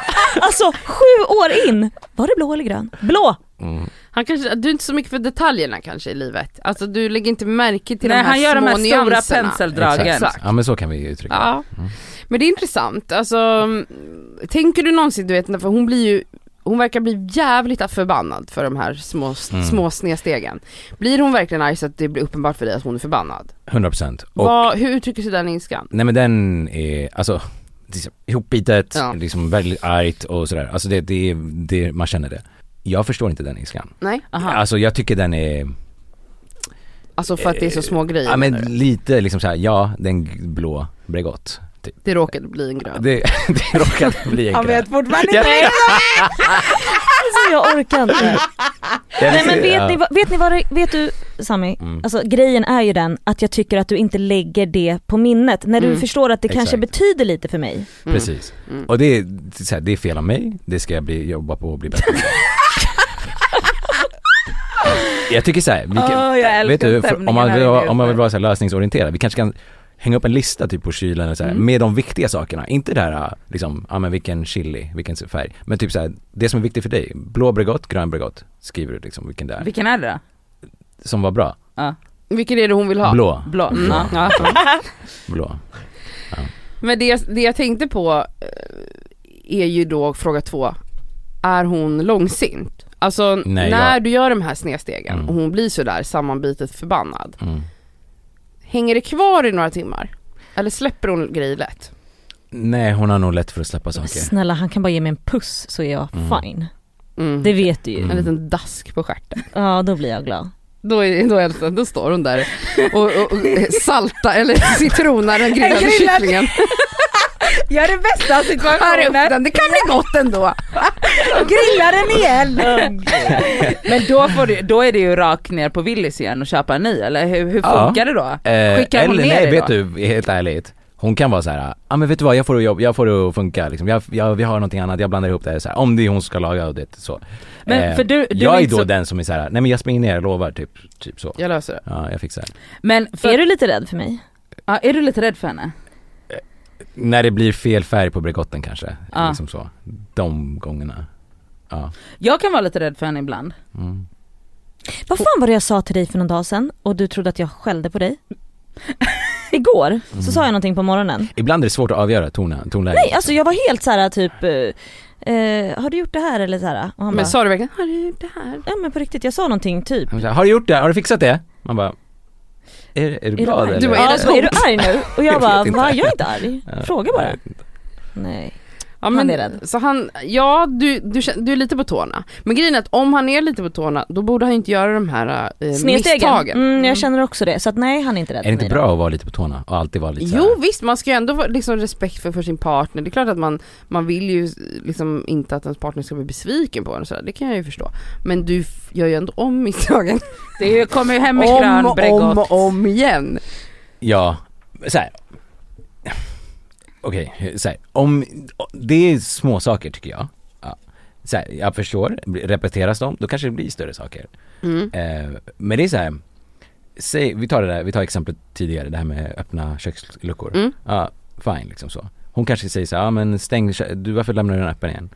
[SPEAKER 5] Alltså sju år in, var det blå eller grön? Blå!
[SPEAKER 4] Mm.
[SPEAKER 2] Han kanske, du är inte så mycket för detaljerna kanske i livet. Alltså du lägger inte märke till
[SPEAKER 3] Nej
[SPEAKER 2] de här
[SPEAKER 3] han gör de
[SPEAKER 2] små
[SPEAKER 3] här stora
[SPEAKER 2] nyanserna.
[SPEAKER 3] penseldragen.
[SPEAKER 2] Exakt.
[SPEAKER 4] Ja men så kan vi ju uttrycka det.
[SPEAKER 2] Ja. Men det är intressant, alltså mm, tänker du någonsin, du vet, för hon blir ju hon verkar bli jävligt förbannad för de här små,
[SPEAKER 4] Mm.
[SPEAKER 2] små snedstegen. Blir hon verkligen arg så att det blir uppenbart för dig att hon är förbannad?
[SPEAKER 4] 100% och
[SPEAKER 2] Vad, hur uttrycker sig den ilskan?
[SPEAKER 4] Nej men den är, alltså liksom, ihopbitet,
[SPEAKER 2] Ja.
[SPEAKER 4] liksom väldigt argt och sådär. Alltså det, det, det, man känner det. Jag förstår inte den ilskan.
[SPEAKER 2] Nej?
[SPEAKER 3] Aha.
[SPEAKER 4] Alltså jag tycker den är,
[SPEAKER 2] Alltså för att det är så små grejer?
[SPEAKER 4] Eh, ja men
[SPEAKER 2] menar du?
[SPEAKER 4] lite liksom såhär, ja den g- blå Bregott. Typ.
[SPEAKER 2] Det råkade bli en grön.
[SPEAKER 4] Det, det råkade bli en
[SPEAKER 3] Han
[SPEAKER 4] grej.
[SPEAKER 3] vet fortfarande
[SPEAKER 4] Jag-
[SPEAKER 3] inte.
[SPEAKER 5] Alltså jag orkar inte.
[SPEAKER 4] jag
[SPEAKER 5] Nej men
[SPEAKER 4] visste-
[SPEAKER 5] vet
[SPEAKER 4] ja.
[SPEAKER 5] ni, vad- vet ni vad det, vet du Sami,
[SPEAKER 4] Mm.
[SPEAKER 5] alltså grejen är ju den att jag tycker att du inte lägger det på minnet när du
[SPEAKER 2] Mm.
[SPEAKER 5] förstår att det kanske
[SPEAKER 4] Exakt.
[SPEAKER 5] betyder lite för mig.
[SPEAKER 2] Mm.
[SPEAKER 4] Precis.
[SPEAKER 2] Mm.
[SPEAKER 4] Och det är, det är så här, det är fel av mig, det ska jag bli, jobba på och bli bättre på. jag tycker såhär,
[SPEAKER 3] Åh, jag älskar
[SPEAKER 4] vet du, för-
[SPEAKER 3] stämningen
[SPEAKER 4] om man,
[SPEAKER 3] här
[SPEAKER 4] vill,
[SPEAKER 3] inne
[SPEAKER 4] vara-
[SPEAKER 3] just
[SPEAKER 4] om man vill
[SPEAKER 3] nu.
[SPEAKER 4] vara så här lösningsorienterad, vi kanske kan hänga upp en lista typ på kylen och så här,
[SPEAKER 3] Mm.
[SPEAKER 4] med de viktiga sakerna, inte det här liksom, ja men vilken chili, vilken färg, men typ så här, det som är viktigt för dig, blå Bregott, grön Bregott, skriver du liksom vilken det är,
[SPEAKER 3] Vilken är det då?
[SPEAKER 4] som var bra,
[SPEAKER 2] Vilken är det hon vill ha?
[SPEAKER 4] blå,
[SPEAKER 3] Blå?
[SPEAKER 2] Mm.
[SPEAKER 3] Ja.
[SPEAKER 2] Ja.
[SPEAKER 4] blå.
[SPEAKER 2] Men det, det jag tänkte på eh, är ju då fråga två, är hon långsint? Alltså
[SPEAKER 4] Nej,
[SPEAKER 2] när
[SPEAKER 4] jag-
[SPEAKER 2] du gör de här snedstegen
[SPEAKER 4] Mm.
[SPEAKER 2] och hon blir sådär sammanbitet förbannad,
[SPEAKER 4] Mm.
[SPEAKER 2] hänger det kvar i några timmar? Eller släpper hon grejer lätt?
[SPEAKER 4] Nej hon har nog lätt för att släppa saker.
[SPEAKER 5] Snälla han kan bara ge mig en puss så är jag
[SPEAKER 4] Mm.
[SPEAKER 5] fine.
[SPEAKER 2] Mm.
[SPEAKER 5] Det vet du ju.
[SPEAKER 4] Mm.
[SPEAKER 2] En liten dask på stjärten.
[SPEAKER 5] Ja då blir jag glad.
[SPEAKER 2] Då, är, då, är, då står hon där och, och, och salta eller citronar den grillade
[SPEAKER 3] En grillad-
[SPEAKER 2] kycklingen.
[SPEAKER 3] Gör det bästa av
[SPEAKER 2] Skär upp
[SPEAKER 3] situationen.
[SPEAKER 2] den, det kan bli gott ändå.
[SPEAKER 3] Grilla den igen. Men då, får du, då är det ju rakt ner på Willys igen och köpa en ny eller hur, hur
[SPEAKER 4] Ja.
[SPEAKER 3] funkar det då?
[SPEAKER 4] Eh,
[SPEAKER 3] Skickar hon
[SPEAKER 4] eller,
[SPEAKER 3] med
[SPEAKER 4] nej,
[SPEAKER 3] dig
[SPEAKER 4] vet
[SPEAKER 3] då?
[SPEAKER 4] du, helt ärligt. Hon kan vara så här, ja ah, men vet du vad, jag får det att, jobb- jag får det att funka liksom. jag, jag, vi har någonting annat, jag blandar ihop det här, så här om det är hon som ska laga och det så. Eh,
[SPEAKER 3] Men för du- du
[SPEAKER 4] jag
[SPEAKER 3] är
[SPEAKER 4] är
[SPEAKER 3] inte
[SPEAKER 4] då
[SPEAKER 3] så-
[SPEAKER 4] den som är så här, nej men jag springer ner, jag lovar, typ, typ så.
[SPEAKER 2] Jag löser det.
[SPEAKER 4] Ja, jag fixar det.
[SPEAKER 3] Men för,
[SPEAKER 5] Är du lite rädd för mig?
[SPEAKER 3] ja, är du lite rädd för henne?
[SPEAKER 4] När det blir fel färg på bregotten kanske,
[SPEAKER 3] Ja.
[SPEAKER 4] liksom så. De gångerna. Ja.
[SPEAKER 3] Jag kan vara lite rädd för henne ibland.
[SPEAKER 4] Mm.
[SPEAKER 5] Vad fan var det jag sa till dig för någon dag sedan och du trodde att jag skällde på dig? Igår
[SPEAKER 4] Mm.
[SPEAKER 5] så sa jag någonting på morgonen.
[SPEAKER 4] Ibland är det svårt att avgöra tona, tonläget.
[SPEAKER 5] Nej alltså jag var helt så här typ, eh, eh, har du gjort det här eller så här? Och han
[SPEAKER 2] Men
[SPEAKER 5] bara,
[SPEAKER 2] sa du verkligen, har du gjort det här?
[SPEAKER 5] ja men på riktigt jag sa någonting typ.
[SPEAKER 4] Han säger, har du gjort det? Har du fixat det? Man bara, är, är du glad
[SPEAKER 5] arg?
[SPEAKER 4] eller?
[SPEAKER 2] Du bara,
[SPEAKER 5] ja,
[SPEAKER 2] är det
[SPEAKER 5] så, är du arg nu? Och jag,
[SPEAKER 4] Jag
[SPEAKER 5] bara,
[SPEAKER 4] vet inte.
[SPEAKER 5] va jag är inte arg. Fråga bara.
[SPEAKER 4] Nej.
[SPEAKER 5] Nej.
[SPEAKER 2] Ja,
[SPEAKER 5] Han
[SPEAKER 2] men,
[SPEAKER 5] är rädd.
[SPEAKER 2] Så han, ja du, du, kän- du är lite på tårna. Men grejen är att om han är lite på tårna då borde han inte göra de här eh,
[SPEAKER 5] Snedstegen.
[SPEAKER 2] misstagen.
[SPEAKER 5] Mm, jag känner också det. Så att nej han är inte rädd
[SPEAKER 4] Är det
[SPEAKER 5] för
[SPEAKER 4] inte
[SPEAKER 5] mig då.
[SPEAKER 4] bra att vara lite på tårna och alltid vara lite så här-
[SPEAKER 2] Jo visst, man ska ju ändå ha liksom, respekt för, för sin partner. Det är klart att man, man vill ju eh, liksom inte att ens partner ska bli besviken på en och sådär. Det kan jag ju förstå. Men du f- gör ju ändå om misstagen.
[SPEAKER 3] Det är ju- kommer ju hem med
[SPEAKER 2] Om
[SPEAKER 3] grön
[SPEAKER 2] och om
[SPEAKER 3] Bregott.
[SPEAKER 2] och om igen.
[SPEAKER 4] Ja, så här. Okej, så här. Om, det är små saker tycker jag. Ja. Så här, jag förstår, repeteras de, då kanske det blir större saker.
[SPEAKER 2] Mm.
[SPEAKER 4] Eh, men det är så här. Säg, vi tar det där, vi tar exemplet tidigare, det här med öppna köksluckor.
[SPEAKER 2] Mm.
[SPEAKER 4] Ja, fine liksom så. Hon kanske säger så här, ja men stäng, kö- du varför lämnar du den öppen igen?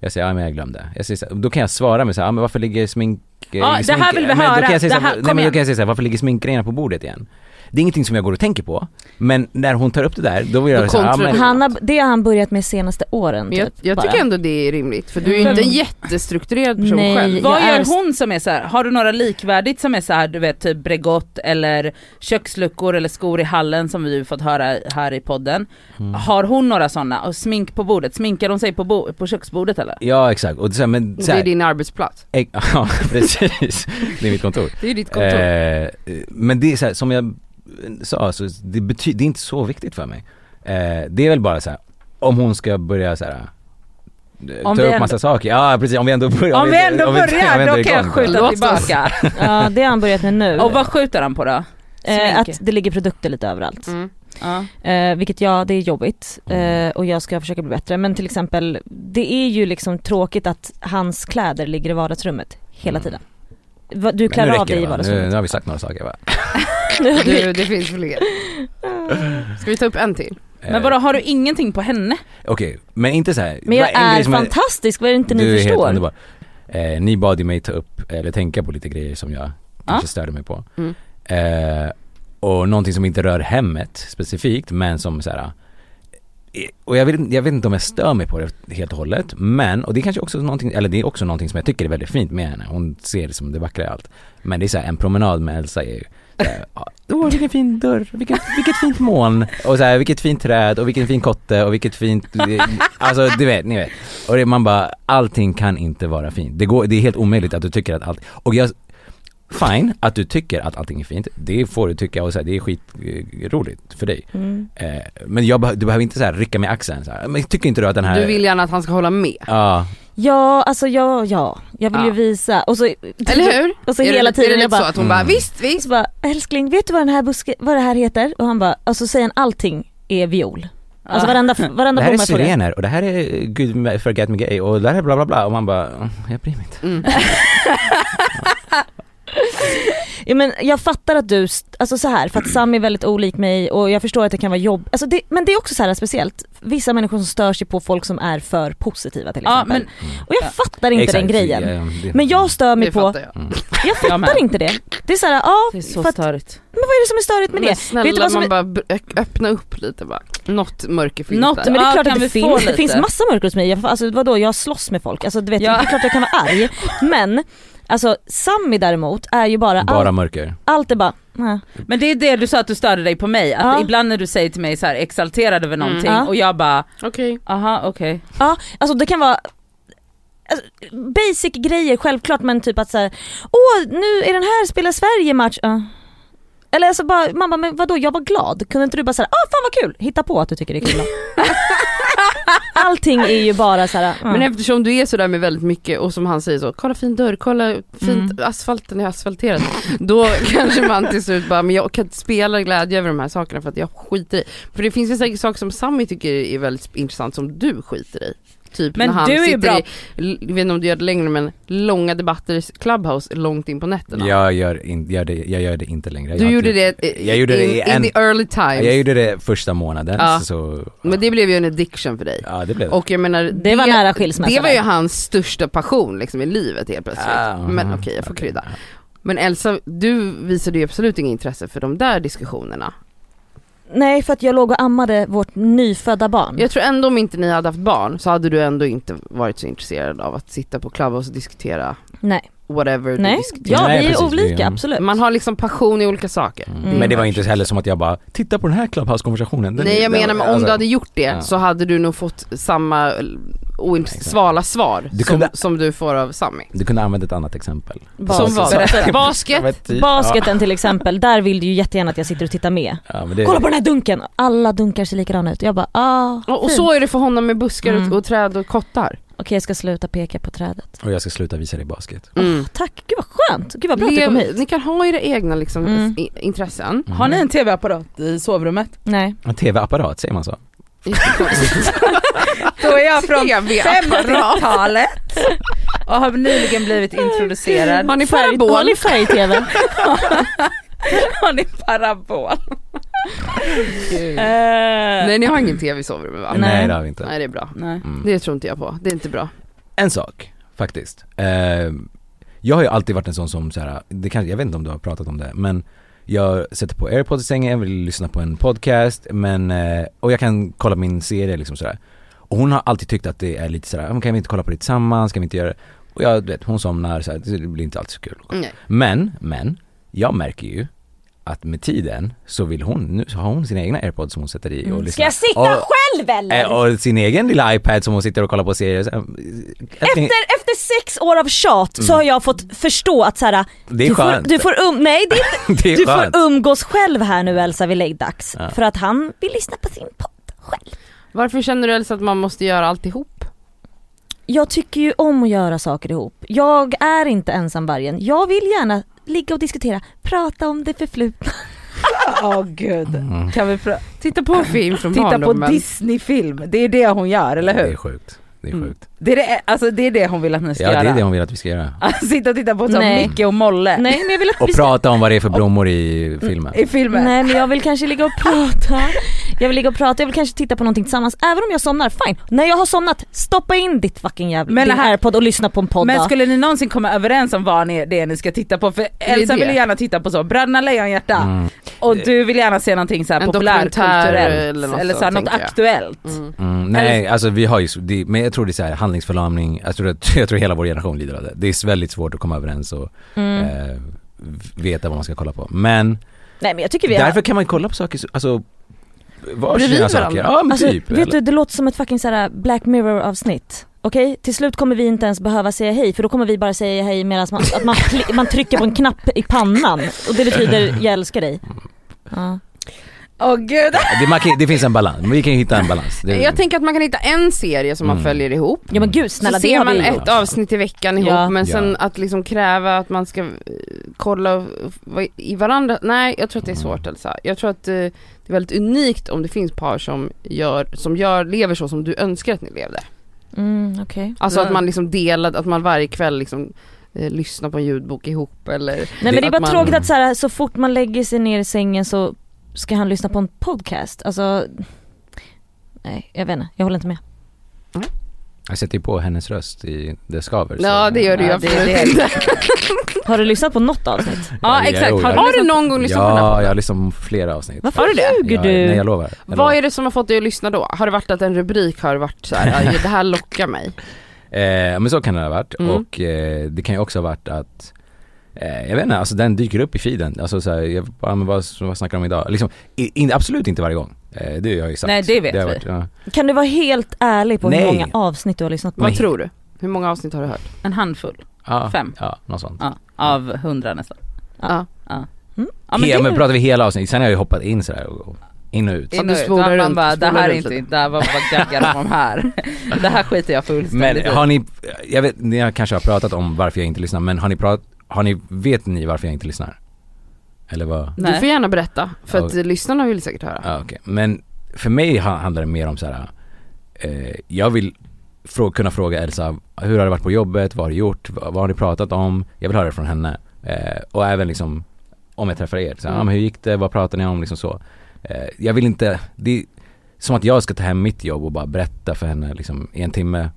[SPEAKER 4] Jag säger, ja men jag glömde. Jag säger så här, då kan jag svara med så här, ja men varför ligger smink...
[SPEAKER 3] Ja, det här vill vi
[SPEAKER 4] men Då
[SPEAKER 3] höra.
[SPEAKER 4] kan jag säga så
[SPEAKER 3] Det här-
[SPEAKER 4] här,
[SPEAKER 3] kom
[SPEAKER 4] nej, men då
[SPEAKER 3] igen.
[SPEAKER 4] kan jag säga så här, varför ligger sminkgrejerna på bordet igen? Det är ingenting som jag går och tänker på, men när hon tar upp det där, då vill
[SPEAKER 2] Då
[SPEAKER 4] jag så här, ja,
[SPEAKER 2] kontrar
[SPEAKER 4] men,
[SPEAKER 2] du.
[SPEAKER 5] Han har, det har han börjat med senaste åren
[SPEAKER 2] Men jag,
[SPEAKER 5] typ.
[SPEAKER 2] jag
[SPEAKER 5] bara.
[SPEAKER 2] tycker ändå det är rimligt. För du är ju inte en jättestrukturerad person
[SPEAKER 5] Mm. Nej.
[SPEAKER 2] själv.
[SPEAKER 3] Vad
[SPEAKER 5] Jag
[SPEAKER 3] gör
[SPEAKER 5] är-
[SPEAKER 3] hon som är så här? har du några likvärdigt som är så här, du vet typ Bregott eller köksluckor eller skor i hallen som vi ju fått höra här i podden. Har hon några sådana? Och smink på bordet, sminkar hon sig på, bo- på köksbordet eller?
[SPEAKER 4] ja exakt, och så här, men så
[SPEAKER 2] Det
[SPEAKER 4] här,
[SPEAKER 2] är din arbetsplats.
[SPEAKER 4] eh, ja precis, det är mitt kontor.
[SPEAKER 2] Det är ditt kontor.
[SPEAKER 4] Eh, men det är så här, som jag sa, så det, bety- det är inte så viktigt för mig. Eh, det är väl bara så här, om hon ska börja så här. eh,
[SPEAKER 3] Om
[SPEAKER 4] ta
[SPEAKER 3] vi
[SPEAKER 4] upp massa saker, ja precis om vi ändå börjar.
[SPEAKER 3] Om vi ändå
[SPEAKER 4] om vi- om vi
[SPEAKER 3] börjar,
[SPEAKER 4] ändå är
[SPEAKER 3] då kan jag
[SPEAKER 4] igång, va?
[SPEAKER 3] skjuta
[SPEAKER 2] Låt
[SPEAKER 3] tillbaka.
[SPEAKER 5] Ja det har han börjat med nu.
[SPEAKER 3] Och vad skjuter han på då?
[SPEAKER 5] eh,
[SPEAKER 3] Smink.
[SPEAKER 5] att det ligger produkter lite överallt.
[SPEAKER 2] Mm.
[SPEAKER 3] Ja.
[SPEAKER 5] Eh, vilket ja, det är jobbigt
[SPEAKER 4] Mm.
[SPEAKER 5] eh, och jag ska försöka bli bättre. Men till exempel, det är ju liksom tråkigt att hans kläder ligger i vardagsrummet hela
[SPEAKER 4] Mm.
[SPEAKER 5] tiden. Va- Du
[SPEAKER 4] Men nu
[SPEAKER 5] klarar av
[SPEAKER 4] räcker
[SPEAKER 5] dig i
[SPEAKER 4] va? nu, nu
[SPEAKER 5] vardagsrummet.
[SPEAKER 4] har vi sagt några saker va?
[SPEAKER 2] Du, det finns fler. Ska vi ta upp en till?
[SPEAKER 3] Men vadå, har du ingenting på henne?
[SPEAKER 4] Eh, Okej, men inte så här.
[SPEAKER 5] Men jag
[SPEAKER 4] Det var en
[SPEAKER 5] är
[SPEAKER 4] grej som
[SPEAKER 5] fantastisk, vad är det inte
[SPEAKER 4] du
[SPEAKER 5] ni
[SPEAKER 4] är Helt
[SPEAKER 5] förstår?
[SPEAKER 4] underbar. Eh, ni bad ju mig ta upp, eller tänka på lite grejer som jag kanske störde mig på.
[SPEAKER 2] Mm.
[SPEAKER 4] Eh, och någonting som inte rör hemmet specifikt, men som så här. eh, Och jag vet, jag vet inte om jag stör mig på det helt och hållet, men, och det är kanske också någonting, eller det är också någonting som jag tycker är väldigt fint med henne. Hon ser liksom det vackra i allt. Men det är så här, en promenad med Elsa är ju så här, ja, Åh vilken fin dörr, vilket, vilket fint moln och så här, vilket fint träd och vilken fin kotte och vilket fint, alltså du vet, ni vet. Och det, man bara, allting kan inte vara fint. Det, går, det är helt omöjligt att du tycker att allt, och jag, fine att du tycker att allting är fint, det får du tycka och så här, det är skitroligt för dig.
[SPEAKER 5] Mm.
[SPEAKER 4] Eh, men jag, beh- du behöver inte så här rycka med axeln så här, men tycker inte du att den här
[SPEAKER 2] Du vill gärna att han ska hålla med.
[SPEAKER 4] Ja,
[SPEAKER 5] Ja, alltså ja, ja. Jag vill ju
[SPEAKER 2] Ja.
[SPEAKER 5] visa. Och så,
[SPEAKER 2] Eller hur?
[SPEAKER 5] Och så
[SPEAKER 2] är
[SPEAKER 5] hela
[SPEAKER 2] det, är
[SPEAKER 5] tiden
[SPEAKER 2] det
[SPEAKER 5] jag
[SPEAKER 2] lite
[SPEAKER 5] bara,
[SPEAKER 2] så att hon bara,
[SPEAKER 4] Mm.
[SPEAKER 2] visst, visst.
[SPEAKER 5] så bara, älskling vet du vad, den här buske, vad det här heter? Och han bara, alltså säger han allting är viol.
[SPEAKER 2] Ah.
[SPEAKER 5] Alltså varenda,
[SPEAKER 4] det
[SPEAKER 5] varenda
[SPEAKER 4] här är
[SPEAKER 5] blomma jag får det.
[SPEAKER 4] syrener och det här är Gud forget me gay och det här är bla bla bla och man bara, "Mm, jag bryr mig inte.
[SPEAKER 2] Mm.
[SPEAKER 5] Ja, men jag fattar att du, st- alltså så här, för att Sam är väldigt olik mig och jag förstår att det kan vara jobb. Alltså det, men det är också så här speciellt, vissa människor som stör sig på folk som är för positiva till
[SPEAKER 3] Ja
[SPEAKER 5] exempel.
[SPEAKER 3] men
[SPEAKER 5] och jag fattar inte den grejen.
[SPEAKER 4] Ja, det- Mm.
[SPEAKER 5] Men jag stör mig
[SPEAKER 2] Det
[SPEAKER 5] på,
[SPEAKER 2] fattar jag.
[SPEAKER 5] jag
[SPEAKER 3] Jag med.
[SPEAKER 5] fattar inte det. Det är såhär, ja,
[SPEAKER 3] det är
[SPEAKER 5] för
[SPEAKER 3] så
[SPEAKER 5] att,
[SPEAKER 3] störigt.
[SPEAKER 5] vad är det som är störigt med
[SPEAKER 2] Men
[SPEAKER 5] det?
[SPEAKER 2] snälla,
[SPEAKER 5] Vet du vad som
[SPEAKER 2] man
[SPEAKER 5] är-
[SPEAKER 2] bara br- öppna upp lite bara. Något mörker finns
[SPEAKER 3] Något
[SPEAKER 2] där.
[SPEAKER 5] Men det är
[SPEAKER 3] Ja,
[SPEAKER 5] klart
[SPEAKER 3] kan
[SPEAKER 5] att det
[SPEAKER 3] vi få
[SPEAKER 5] finns, det
[SPEAKER 3] lite?
[SPEAKER 5] finns massa mörker hos mig. Jag, alltså, vadå, jag slåss med folk. Alltså, du vet,
[SPEAKER 3] Ja.
[SPEAKER 5] Det är klart jag kan vara arg. Men alltså, Sammy däremot är ju bara,
[SPEAKER 4] Bara
[SPEAKER 5] Allt,
[SPEAKER 4] mörker.
[SPEAKER 5] allt är bara, nej.
[SPEAKER 3] Men det är det du sa att du störde dig på mig, att
[SPEAKER 5] Ja.
[SPEAKER 3] ibland när du säger till mig så här exalterad över någonting
[SPEAKER 5] Ja.
[SPEAKER 3] och jag bara,
[SPEAKER 2] Okej.
[SPEAKER 3] aha okej.
[SPEAKER 5] Ja, alltså det kan vara alltså, basic grejer självklart men typ att såhär, åh nu är den här spelar Sverige match. Ja. Eller alltså bara, mamma men vadå jag var glad, kunde inte du bara såhär, ah fan vad kul, hitta på att du tycker det är kul. då." Allting är ju bara såhär, ja.
[SPEAKER 2] Men eftersom du är sådär med väldigt mycket och som han säger så, kolla fin dörr, kolla fint,
[SPEAKER 3] Mm.
[SPEAKER 2] asfalten är asfalterad. Då kanske man till slut bara, men jag kan inte spela glädje över de här sakerna för att jag skiter i. För det finns ju säkert saker som Sammy tycker är väldigt intressant som du skiter i. Typ
[SPEAKER 3] Men
[SPEAKER 2] när han
[SPEAKER 3] du är ju
[SPEAKER 2] sitter
[SPEAKER 3] bra-
[SPEAKER 2] i, l- jag vet inte om du gör det längre men, långa debatter i Clubhouse långt in på nätterna.
[SPEAKER 4] Jag gör, in, gör det, jag gör det inte längre. Jag
[SPEAKER 2] Du
[SPEAKER 4] har
[SPEAKER 2] gjorde
[SPEAKER 4] inte-
[SPEAKER 2] det, i-
[SPEAKER 4] jag gjorde det
[SPEAKER 2] in,
[SPEAKER 4] i en-
[SPEAKER 2] in the early times.
[SPEAKER 4] Jag gjorde det första månaden
[SPEAKER 2] Ja.
[SPEAKER 4] så,
[SPEAKER 2] Men det blev ju en addiction för dig.
[SPEAKER 4] ja det blev det.
[SPEAKER 2] Och jag menar, det,
[SPEAKER 5] var nära skilsmässa
[SPEAKER 2] Det var ju
[SPEAKER 5] där.
[SPEAKER 2] hans största passion liksom, i livet helt plötsligt.
[SPEAKER 4] Ah,
[SPEAKER 2] Men
[SPEAKER 4] mhm.
[SPEAKER 2] okej, jag får krydda. Men Elsa, du visade ju absolut inget intresse för de där diskussionerna.
[SPEAKER 5] nej för att jag låg och ammade vårt nyfödda
[SPEAKER 4] Mm.
[SPEAKER 5] barn.
[SPEAKER 2] Jag tror ändå om inte ni hade haft barn så hade du ändå inte varit så intresserad av att sitta på Clubhouse och diskutera
[SPEAKER 5] nej,
[SPEAKER 2] whatever du
[SPEAKER 5] nej,
[SPEAKER 2] diskuterar.
[SPEAKER 5] ja
[SPEAKER 4] Nej,
[SPEAKER 5] vi är
[SPEAKER 4] precis, vi-
[SPEAKER 5] olika
[SPEAKER 4] mm.
[SPEAKER 5] absolut.
[SPEAKER 2] Man har liksom passion i olika saker.
[SPEAKER 4] Mm.
[SPEAKER 5] Mm.
[SPEAKER 4] Men det var inte heller som att jag bara, titta på den här Clubhouse-konversationen. Den-
[SPEAKER 2] Nej jag
[SPEAKER 4] den-
[SPEAKER 2] menar men om
[SPEAKER 4] alltså,
[SPEAKER 2] du hade gjort det
[SPEAKER 4] ja.
[SPEAKER 2] så hade du nog fått samma ointress-
[SPEAKER 4] Exakt.
[SPEAKER 2] svala svar som,
[SPEAKER 4] Du kunde-
[SPEAKER 2] som du får av Sami.
[SPEAKER 4] Du kunde använda ett annat exempel.
[SPEAKER 5] Basket.
[SPEAKER 2] Som vad?
[SPEAKER 5] Berätta.
[SPEAKER 2] Basket?
[SPEAKER 4] Ja, men typ,
[SPEAKER 5] Basketen till exempel, där vill du ju jättegärna att jag sitter och tittar med.
[SPEAKER 4] Ja, men det,
[SPEAKER 5] Kolla på den här dunken, alla dunkar ser likadana ut. Jag bara, ah,
[SPEAKER 2] Och, och
[SPEAKER 5] fin.
[SPEAKER 2] så är det för honom med buskar
[SPEAKER 5] Mm.
[SPEAKER 2] och, och träd och kottar.
[SPEAKER 5] Okej jag ska sluta peka på trädet.
[SPEAKER 4] Och jag ska sluta visa dig basket.
[SPEAKER 2] Mm.
[SPEAKER 5] Tack, gud vad skönt. Gud vad bra att du
[SPEAKER 2] Lev-
[SPEAKER 5] kom hit.
[SPEAKER 2] ni kan ha era egna liksom,
[SPEAKER 5] Mm.
[SPEAKER 2] i- intressen.
[SPEAKER 4] Mm.
[SPEAKER 3] Har ni en tv-apparat i sovrummet?
[SPEAKER 5] Nej.
[SPEAKER 4] En tv-apparat, säger man så?
[SPEAKER 3] Då är jag från
[SPEAKER 2] TV-apparat.
[SPEAKER 3] 50-talet och har nyligen blivit introducerad.
[SPEAKER 2] Har ni
[SPEAKER 5] Färg,
[SPEAKER 2] parabol?
[SPEAKER 5] har ni färg-tv?
[SPEAKER 3] Har ni parabol? Eh,
[SPEAKER 2] Nej ni har ingen tv i sovrummet va?
[SPEAKER 4] Nej,
[SPEAKER 2] Nej.
[SPEAKER 4] det har vi inte.
[SPEAKER 2] det är bra.
[SPEAKER 3] Nej.
[SPEAKER 4] Mm.
[SPEAKER 2] Det tror inte jag på, det är inte bra.
[SPEAKER 4] En sak, faktiskt. Eh, jag har ju alltid varit en sån som så här, det kanske, jag vet inte om du har pratat om det, men jag sätter på airpods i sängen, vill lyssna på en podcast, men, eh, och jag kan kolla min serie liksom sådär. Och hon har alltid tyckt att det är lite sådär, "Men kan vi inte kolla på det tillsammans, kan vi inte göra det? Och jag, du vet, hon somnar så här, det blir inte alltid så kul.
[SPEAKER 5] Mm.
[SPEAKER 2] Nej.
[SPEAKER 4] Men, men, jag märker ju att med tiden så vill hon, nu har hon sina egna airpods som hon sätter i och lyssnar.
[SPEAKER 5] Mm. Ska jag sitta
[SPEAKER 4] och,
[SPEAKER 5] själv eller?
[SPEAKER 4] eh, Och sin egen lilla iPad som hon sitter och kollar på serier. Så här, älskling,
[SPEAKER 5] efter, efter sex år av tjat så har jag fått förstå att så här,
[SPEAKER 4] Mm. Det är
[SPEAKER 5] du, får,
[SPEAKER 4] skönt.
[SPEAKER 5] du får um, nej det är inte,
[SPEAKER 4] Det är
[SPEAKER 5] du
[SPEAKER 4] skönt.
[SPEAKER 5] får umgås själv här nu Elsa vid läggdags.
[SPEAKER 4] Ja.
[SPEAKER 5] För att han vill lyssna på sin podd själv.
[SPEAKER 2] Varför känner du Elsa att man måste göra alltihop?
[SPEAKER 5] Jag tycker ju om att göra saker ihop. Jag är inte ensamvargen. Jag vill gärna ligga och diskutera, prata om det förflutna.
[SPEAKER 4] Mm.
[SPEAKER 3] Åh gud. Kan vi pra-
[SPEAKER 2] Titta på en film från
[SPEAKER 6] Titta på
[SPEAKER 2] barndomen.
[SPEAKER 6] Disney-film, det är det hon gör, eller
[SPEAKER 4] Det är
[SPEAKER 6] hur?
[SPEAKER 4] sjukt. Det är
[SPEAKER 3] Mm.
[SPEAKER 4] sjukt.
[SPEAKER 6] Det är det, alltså, det, är det hon vill att ni ska
[SPEAKER 4] Ja det
[SPEAKER 6] göra.
[SPEAKER 4] är det hon vill att vi ska göra.
[SPEAKER 6] Sitta och titta på så
[SPEAKER 5] Nej.
[SPEAKER 6] Micke och Molle
[SPEAKER 5] Nej men jag vill att
[SPEAKER 4] Och
[SPEAKER 5] vi ska...
[SPEAKER 4] prata om vad det är för blommor i filmen.
[SPEAKER 3] Mm,
[SPEAKER 6] i filmen.
[SPEAKER 5] Nej men jag vill kanske ligga och prata. Jag vill ligga och prata, jag vill kanske titta på någonting tillsammans. Även om jag somnar, fine. När jag har somnat, stoppa in ditt fucking jävla,
[SPEAKER 3] Men
[SPEAKER 5] din
[SPEAKER 3] här-
[SPEAKER 5] airpod och lyssna på en podd
[SPEAKER 3] Men
[SPEAKER 5] då.
[SPEAKER 3] skulle ni någonsin komma överens om vad ni, det är ni ska titta på? För
[SPEAKER 2] är
[SPEAKER 3] Elsa
[SPEAKER 2] det.
[SPEAKER 3] vill ju gärna titta på så, Bröderna Lejonhjärta
[SPEAKER 4] Mm.
[SPEAKER 3] och du vill gärna se någonting så här
[SPEAKER 2] En dokumentär
[SPEAKER 3] populärkulturellt
[SPEAKER 2] eller
[SPEAKER 3] eller,
[SPEAKER 2] något
[SPEAKER 3] så här,
[SPEAKER 2] sånt,
[SPEAKER 3] något
[SPEAKER 2] tänker jag.
[SPEAKER 3] aktuellt.
[SPEAKER 2] Mm.
[SPEAKER 4] Mm, nej, alltså vi har ju, så- det, men jag tror det är så här, handlingsförlamning, jag tror, att, jag tror hela vår generation lider av det. Det är väldigt svårt att komma överens och
[SPEAKER 5] Mm.
[SPEAKER 4] eh, veta vad man ska kolla på. Men
[SPEAKER 5] Nej men jag tycker vi har...
[SPEAKER 4] därför kan man kolla på saker, så- alltså varsina
[SPEAKER 2] Bredvid
[SPEAKER 4] saker.
[SPEAKER 2] varandra.
[SPEAKER 4] Ja men
[SPEAKER 5] Alltså,
[SPEAKER 4] typ.
[SPEAKER 5] vet
[SPEAKER 4] eller-
[SPEAKER 5] du, det låter som ett fucking såhär Black Mirror avsnitt. Okej? Till slut kommer vi inte ens behöva säga hej för då kommer vi bara säga hej medan man, att man, kli- man trycker på en knapp i pannan och det betyder jag älskar dig. Ja.
[SPEAKER 6] Åh gud!
[SPEAKER 4] det, man kan, det finns en balans, men vi kan ju hitta en balans. Det,
[SPEAKER 2] Jag tänker att man kan hitta en serie som man
[SPEAKER 4] Mm.
[SPEAKER 2] följer ihop.
[SPEAKER 5] ja men gud snälla
[SPEAKER 2] så
[SPEAKER 5] det
[SPEAKER 2] ser
[SPEAKER 5] har
[SPEAKER 2] man
[SPEAKER 5] vi ju
[SPEAKER 2] ett
[SPEAKER 5] gjort.
[SPEAKER 2] avsnitt i veckan ihop
[SPEAKER 5] Ja.
[SPEAKER 2] men sen
[SPEAKER 4] Ja.
[SPEAKER 2] att liksom kräva att man ska eh, kolla och- och vara i varandra, nej jag tror att det är
[SPEAKER 4] Mm.
[SPEAKER 2] svårt Elsa. Jag tror att eh, det är väldigt unikt om det finns par som, gör, som gör, lever så som du önskar att ni levde.
[SPEAKER 5] Mm, okej.
[SPEAKER 2] Alltså
[SPEAKER 3] Mm.
[SPEAKER 2] att man liksom delade, att man varje kväll liksom eh, lyssnar på en ljudbok ihop eller
[SPEAKER 5] Nej men det är
[SPEAKER 2] att
[SPEAKER 5] bara
[SPEAKER 2] man-
[SPEAKER 5] tråkigt att så, här, så fort man lägger sig ner i sängen så ska han lyssna på en podcast. Alltså, nej jag vet inte, jag håller inte med.
[SPEAKER 4] Jag sätter ju på hennes röst i The Skaver. så-
[SPEAKER 2] Ja det gör du ju
[SPEAKER 3] Ja, det-
[SPEAKER 2] absolut
[SPEAKER 3] det är-
[SPEAKER 2] inte.
[SPEAKER 5] Har du lyssnat på något avsnitt?
[SPEAKER 4] Ja,
[SPEAKER 3] Ja
[SPEAKER 4] jag-
[SPEAKER 3] exakt,
[SPEAKER 4] jag-
[SPEAKER 3] har
[SPEAKER 2] Har
[SPEAKER 3] du
[SPEAKER 2] du någon gång lyssnat på den här
[SPEAKER 4] Ja, jag
[SPEAKER 2] podden?
[SPEAKER 4] har lyssnat på flera avsnitt.
[SPEAKER 5] Varför
[SPEAKER 2] Har du det?
[SPEAKER 5] ljuger
[SPEAKER 4] Ja,
[SPEAKER 5] du?
[SPEAKER 4] Nej jag lovar. Jag
[SPEAKER 2] Vad
[SPEAKER 4] lovar.
[SPEAKER 2] är det som har fått dig att lyssna då? Har det varit att en rubrik har varit så här, "Ja, det här lockar mig?
[SPEAKER 4] Eh, men så kan det ha varit
[SPEAKER 2] Mm.
[SPEAKER 4] och eh, det kan ju också ha varit att eh, jag vet inte, alltså den dyker upp i feeden. Alltså så här, jag, bara, men vad, vad snackar de om idag? Liksom, i- in, absolut inte varje gång. Eh, det har jag ju sagt.
[SPEAKER 3] Nej, det vet
[SPEAKER 4] har
[SPEAKER 3] vi.
[SPEAKER 4] varit, ja.
[SPEAKER 5] Kan du vara helt ärlig på hur
[SPEAKER 4] Nej.
[SPEAKER 5] många avsnitt du har lyssnat på?
[SPEAKER 2] Vad tror du? Hur många avsnitt har du hört?
[SPEAKER 3] en handfull
[SPEAKER 4] Ja,
[SPEAKER 3] Fem.
[SPEAKER 4] Ja, något sånt.
[SPEAKER 3] ja, av hundra nästan.
[SPEAKER 2] Ja.
[SPEAKER 3] Ja.
[SPEAKER 5] Mm.
[SPEAKER 3] Ja,
[SPEAKER 4] men,
[SPEAKER 3] men
[SPEAKER 4] He,
[SPEAKER 3] det-
[SPEAKER 4] men pratar vi hela avsnittet, sen har jag ju hoppat in sådär och, och in och ut.
[SPEAKER 2] Ja, du
[SPEAKER 3] In och ut.
[SPEAKER 2] spolar
[SPEAKER 3] Ja, man
[SPEAKER 2] runt,
[SPEAKER 3] bara, det
[SPEAKER 2] spolar
[SPEAKER 3] här är
[SPEAKER 2] runt
[SPEAKER 3] inte, det här var vad gaggar de om här. Det här skiter jag
[SPEAKER 4] Men
[SPEAKER 3] fullständigt i.
[SPEAKER 4] har ni, jag vet, ni har kanske har pratat om varför jag inte lyssnar, men har ni pratat, har ni, vet ni varför jag inte lyssnar? Eller vad?
[SPEAKER 2] Du får gärna berätta, för
[SPEAKER 4] Ja.
[SPEAKER 2] att lyssnarna vill säkert höra.
[SPEAKER 4] Ja, okej. Men för mig ha- handlar det mer om så här. Eh, jag vill frå- kunna fråga Elsa, hur har det varit på jobbet, vad har du gjort, vad, vad har ni pratat om? Jag vill höra det från henne. Eh, och även liksom om jag träffar er, så här,
[SPEAKER 2] Mm.
[SPEAKER 4] ah, men hur gick det, vad pratar ni om, liksom så. Eh, jag vill inte, det är som att jag ska ta hem mitt jobb och bara berätta för henne liksom i en timme.